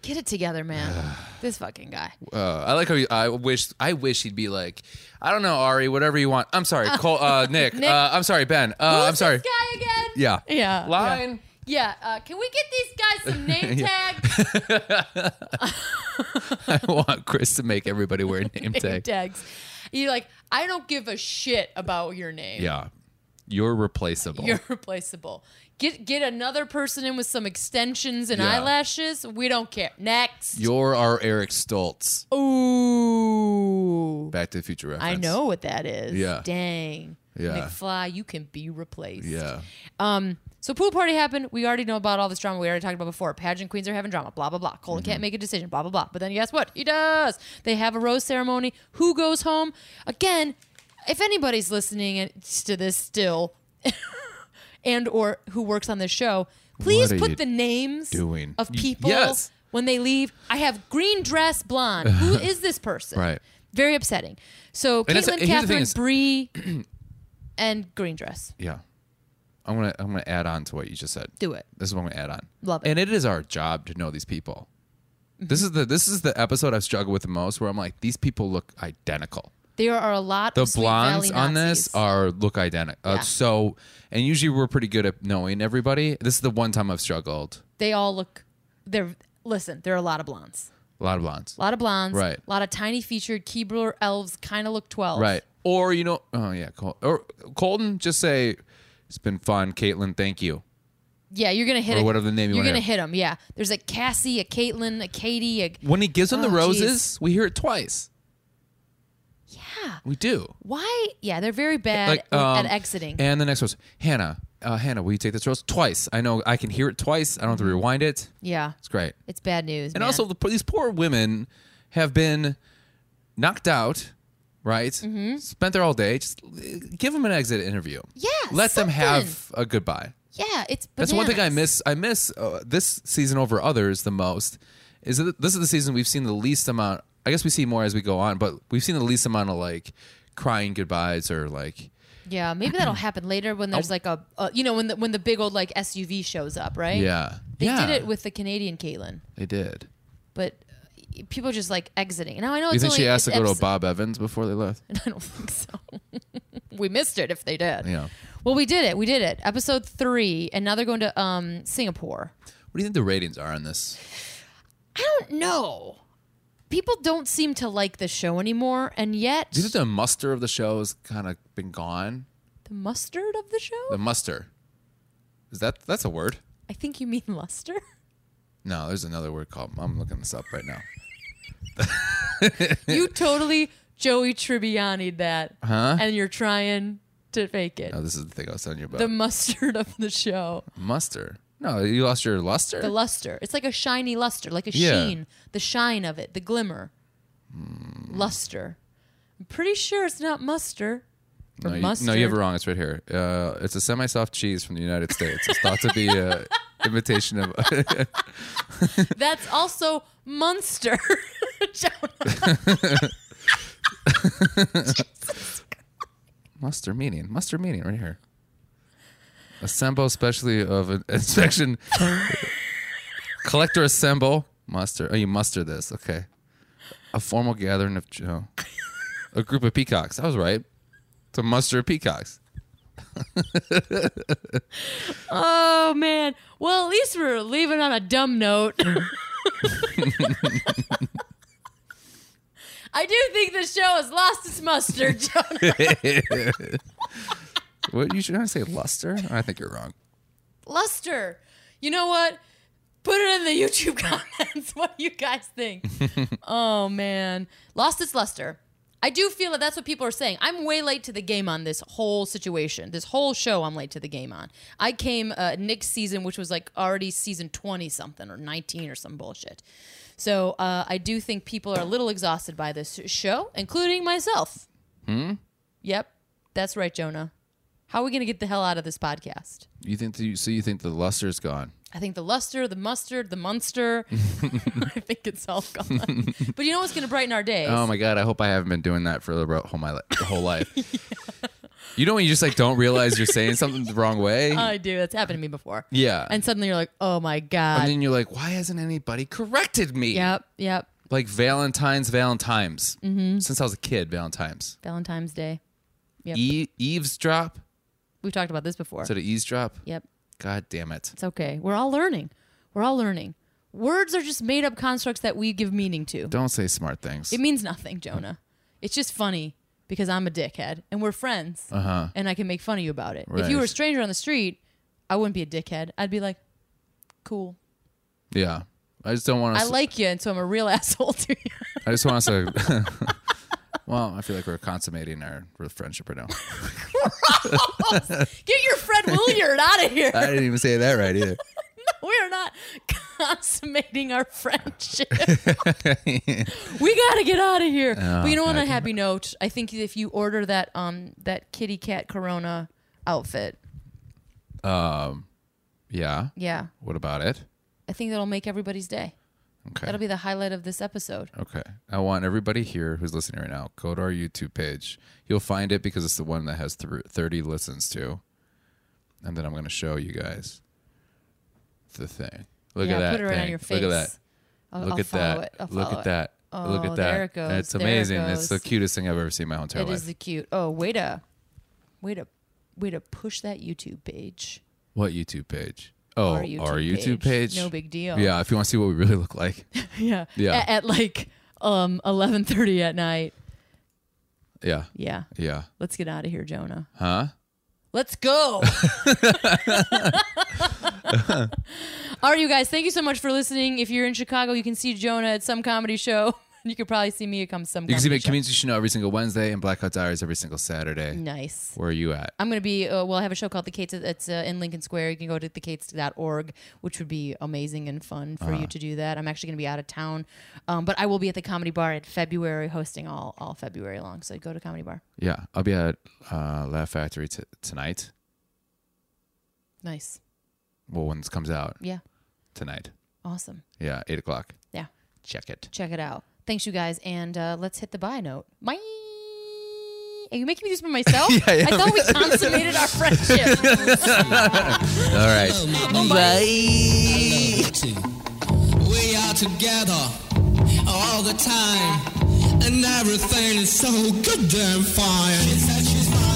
B: Get it together, man. this fucking guy.
A: Uh, I like how he, I wish I wish he'd be like, I don't know, Ari, whatever you want. I'm sorry, Col- uh, Nick.
B: Nick.
A: Uh, I'm sorry, Ben. Uh,
B: Who's
A: I'm sorry.
B: This guy again.
A: Yeah.
B: Yeah.
A: Line.
B: Yeah. yeah. Uh, can we get these guys some name tags?
A: I want Chris to make everybody wear a name
B: name
A: tag.
B: tags. You're like, I don't give a shit about your name.
A: Yeah, you're replaceable.
B: You're replaceable. Get get another person in with some extensions and
A: Yeah.
B: eyelashes. We don't care. Next.
A: You're our Eric Stoltz.
B: Ooh.
A: Back to the Future reference.
B: I know what that is.
A: Yeah.
B: Dang.
A: Yeah.
B: McFly, you can be replaced.
A: Yeah.
B: Um, so pool party happened. We already know about all this drama. We already talked about before. Pageant queens are having drama. Blah blah blah. Colton
A: Mm-hmm.
B: can't make a decision. Blah blah blah. But then guess what? He does. They have a rose ceremony. Who goes home? Again, if anybody's listening to this still, and or who works on this show, please
A: are you
B: put the names
A: doing?
B: of
A: Y-
B: people
A: yes.
B: when they leave. I have green dress blonde. Who is this person?
A: Right.
B: Very upsetting. So
A: And it's-
B: Caitlyn,
A: and here's the thing
B: Catherine,
A: is-
B: Bree, and green dress.
A: Yeah. I'm gonna I'm gonna add on to what you just said.
B: Do it.
A: This is what I'm gonna add on.
B: Love it. Mm-hmm.
A: And it is our job to know these people. This is the this is the episode I've struggled with the most where I'm like, these people look identical.
B: There are a lot
A: The
B: of Sweet
A: blondes
B: Valley
A: on
B: Nazis.
A: this are look identical.
B: Yeah.
A: Uh, so and usually we're pretty good at knowing everybody. This is the one time I've struggled.
B: they all look they're listen, there are a lot of blondes.
A: A lot of blondes.
B: A lot of blondes.
A: Right.
B: A lot of tiny featured Keebler elves kinda look twelve.
A: Right. Or you know oh yeah, Col- or Colton, just say it's been fun, Caitlin, thank you.
B: Yeah, you're gonna hit
A: Or
B: it.
A: whatever the name you
B: You're
A: wanna
B: gonna
A: hear.
B: hit them, yeah. There's a Cassie, a Caitlin, a Katie, a
A: When he gives them the
B: Oh, geez.
A: roses, we hear it twice.
B: Yeah.
A: We do.
B: Why? Yeah, they're very bad
A: like
B: at
A: um,
B: exiting.
A: And the next rose, Hannah. Uh, Hannah, will you take this rose twice? I know I can hear it twice. I don't have
B: Mm-hmm.
A: to rewind it.
B: yeah.
A: It's great.
B: It's bad news.
A: And
B: man.
A: also, the, these poor women have been knocked out, right? Mm-hmm. Spent there all day. Just uh, give them an exit interview.
B: Yeah,
A: Let them have
B: something.
A: a goodbye.
B: Yeah, it's bananas.
A: That's one thing I miss. I miss uh, this season over others the most. Is that this is the season we've seen the least amount. I guess we see more as we go on, but we've seen the least amount of like crying goodbyes or like
B: Yeah, maybe that'll happen later when there's like a, a you know, when the when the big old like SUV shows up, right?
A: yeah.
B: They
A: yeah,
B: did it with the Canadian Caitlin.
A: they did.
B: but uh, people are just like exiting. Now I know
A: You
B: it's
A: think
B: only,
A: she asked to
B: it's
A: go to
B: episode-
A: Bob Evans before they left?
B: I don't think so. we missed it if they did.
A: Yeah.
B: Well, we did it. We did it. Episode three, and now they're going to um Singapore.
A: What do you think the ratings are on this?
B: I don't know. People don't seem to like the show anymore, and yet
A: Do you think the muster of the show has kind of been gone?
B: the mustard of the show.
A: The muster is that that's a word?
B: I think you mean luster.
A: No, there's another word called. I'm looking this up right now.
B: you totally Joey Tribbiani that,
A: Huh?
B: and you're trying to fake it.
A: No, this is the thing I was telling you about.
B: The mustard of the show,
A: Mustard. No, you lost your luster.
B: the luster. It's like a shiny luster, like a
A: Yeah.
B: sheen, the shine of it, the glimmer, luster. I'm pretty sure it's not muster. or
A: no, you,
B: mustard.
A: no, you have it wrong. It's right here. Uh, it's a semi-soft cheese from the United States. It's thought to be a imitation of.
B: That's also Munster.
A: Mustard meaning. Mustard meaning right here. Assemble specially of an inspection. Collector assemble. Muster. Oh, you muster this. Okay. A formal gathering of oh. a group of peacocks. I was right. It's a muster of peacocks.
B: oh man. Well, at least we're leaving on a dumb note. I do think the show has lost its mustard, Jonah.
A: What you should I say luster? I think you're wrong.
B: Luster. You know what? Put it in the YouTube comments. What do you guys think? oh man, lost its luster. I do feel that that's what people are saying. I'm way late to the game on this whole situation. This whole show, I'm late to the game on. I came uh, Nick's season, which was like already season 20 something or 19 or some bullshit. So uh, I do think people are a little exhausted by this show, including myself. Hmm. Yep, that's right, Jonah. How are we gonna get the hell out of this podcast?
A: You think the, so? You think the luster's gone?
B: I think the luster, the mustard, the munster. I think it's all gone. but you know what's going to brighten our days?
A: Oh my god! I hope I haven't been doing that for the ro- whole my li- the whole life. You know when you just like don't realize you're saying something the wrong way?
B: I do. That's happened to me before.
A: yeah.
B: And suddenly you're like, oh my
A: and
B: God.
A: then you're like, why hasn't anybody corrected me?
B: yep, yep.
A: Like Valentine's, Valentimes. Since I was a kid, Valentimes.
B: Valentine's Day. Mm-hmm. Yep.
A: E- eavesdrop.
B: We've talked about this before.
A: So to eavesdrop.
B: yep.
A: God damn it.
B: It's okay. We're all learning. We're all learning. Words are just made up constructs that we give meaning to.
A: Don't say smart things.
B: It means nothing, Jonah. It's just funny because I'm a dickhead and we're friends. Uh-huh. And I can make fun of you about it. If
A: Right.
B: you were a stranger on the street, I wouldn't be a dickhead. I'd be like, cool.
A: yeah. I just don't want
B: I
A: to.
B: like you, and so I'm a real asshole to you.
A: I just want us to. well, I feel like we're consummating our friendship right now.
B: Get your Fred Williard out of here.
A: I didn't even say that right either.
B: We are not consummating our friendship. we gotta get out of here.
A: Oh,
B: but you know, on a happy note, I think if you order that um that kitty cat Corona outfit,
A: Yeah.
B: yeah,
A: What about it?
B: I think that'll make everybody's day.
A: Okay.
B: That'll be the highlight of this episode.
A: Okay. I want everybody here who's listening right now, go to our YouTube page. You'll find it because it's the one that has thr 30 listens to. And then I'm going to show you guys the thing. Look
B: yeah,
A: at that.
B: put it right
A: thing.
B: on your face.
A: Look at that.
B: I'll,
A: Look
B: I'll
A: at
B: follow
A: that.
B: It. I'll
A: Look
B: follow
A: at that. Look
B: Oh,
A: at that.
B: there it goes.
A: It's
B: There it
A: amazing. It's the
B: goes.
A: cutest thing I've ever seen in my whole entire
B: It
A: life.
B: is the cute. Oh, way to, way to, way to push that YouTube page.
A: what YouTube page? Oh,
B: Our YouTube
A: our
B: page.
A: YouTube page.
B: No big deal.
A: Yeah, if you want to see what we really look like.
B: Yeah.
A: Yeah.
B: At, at like um 11:30 at night.
A: Yeah.
B: Yeah.
A: Yeah.
B: Let's get out of here, Jonah.
A: Huh?
B: Let's go. All right, you guys. Thank you so much for listening. If you're in Chicago, you can see Jonah at some comedy show. You could probably see me at come some.
A: You can see
B: comedy
A: me at
B: show.
A: Community Chanel every single Wednesday and Blackout Diaries every single Saturday.
B: Mm. Nice.
A: Where are you at?
B: I'm going to be, uh, well, I have a show called The Cates. It's uh, in Lincoln Square. You can go to thecates.org, which would be amazing and fun for
A: Uh-huh.
B: you to do that. I'm actually going to be out of town, um, but I will be at the Comedy Bar in February, hosting all, all February long. So go to Comedy Bar.
A: Yeah, I'll be at uh, Laugh Factory t- tonight.
B: Nice.
A: Well, when this comes out
B: Yeah.
A: tonight.
B: Awesome.
A: Yeah, eight o'clock.
B: Yeah.
A: Check it.
B: Check it out. Thanks, you guys. And uh, let's hit the bye note. Bye. Are you making me do this by myself?
A: Yeah, yeah.
B: I thought we consummated our friendship.
A: All right.
D: Bye. We are together all the time, and everything is so goddamn fine. She said she's mine.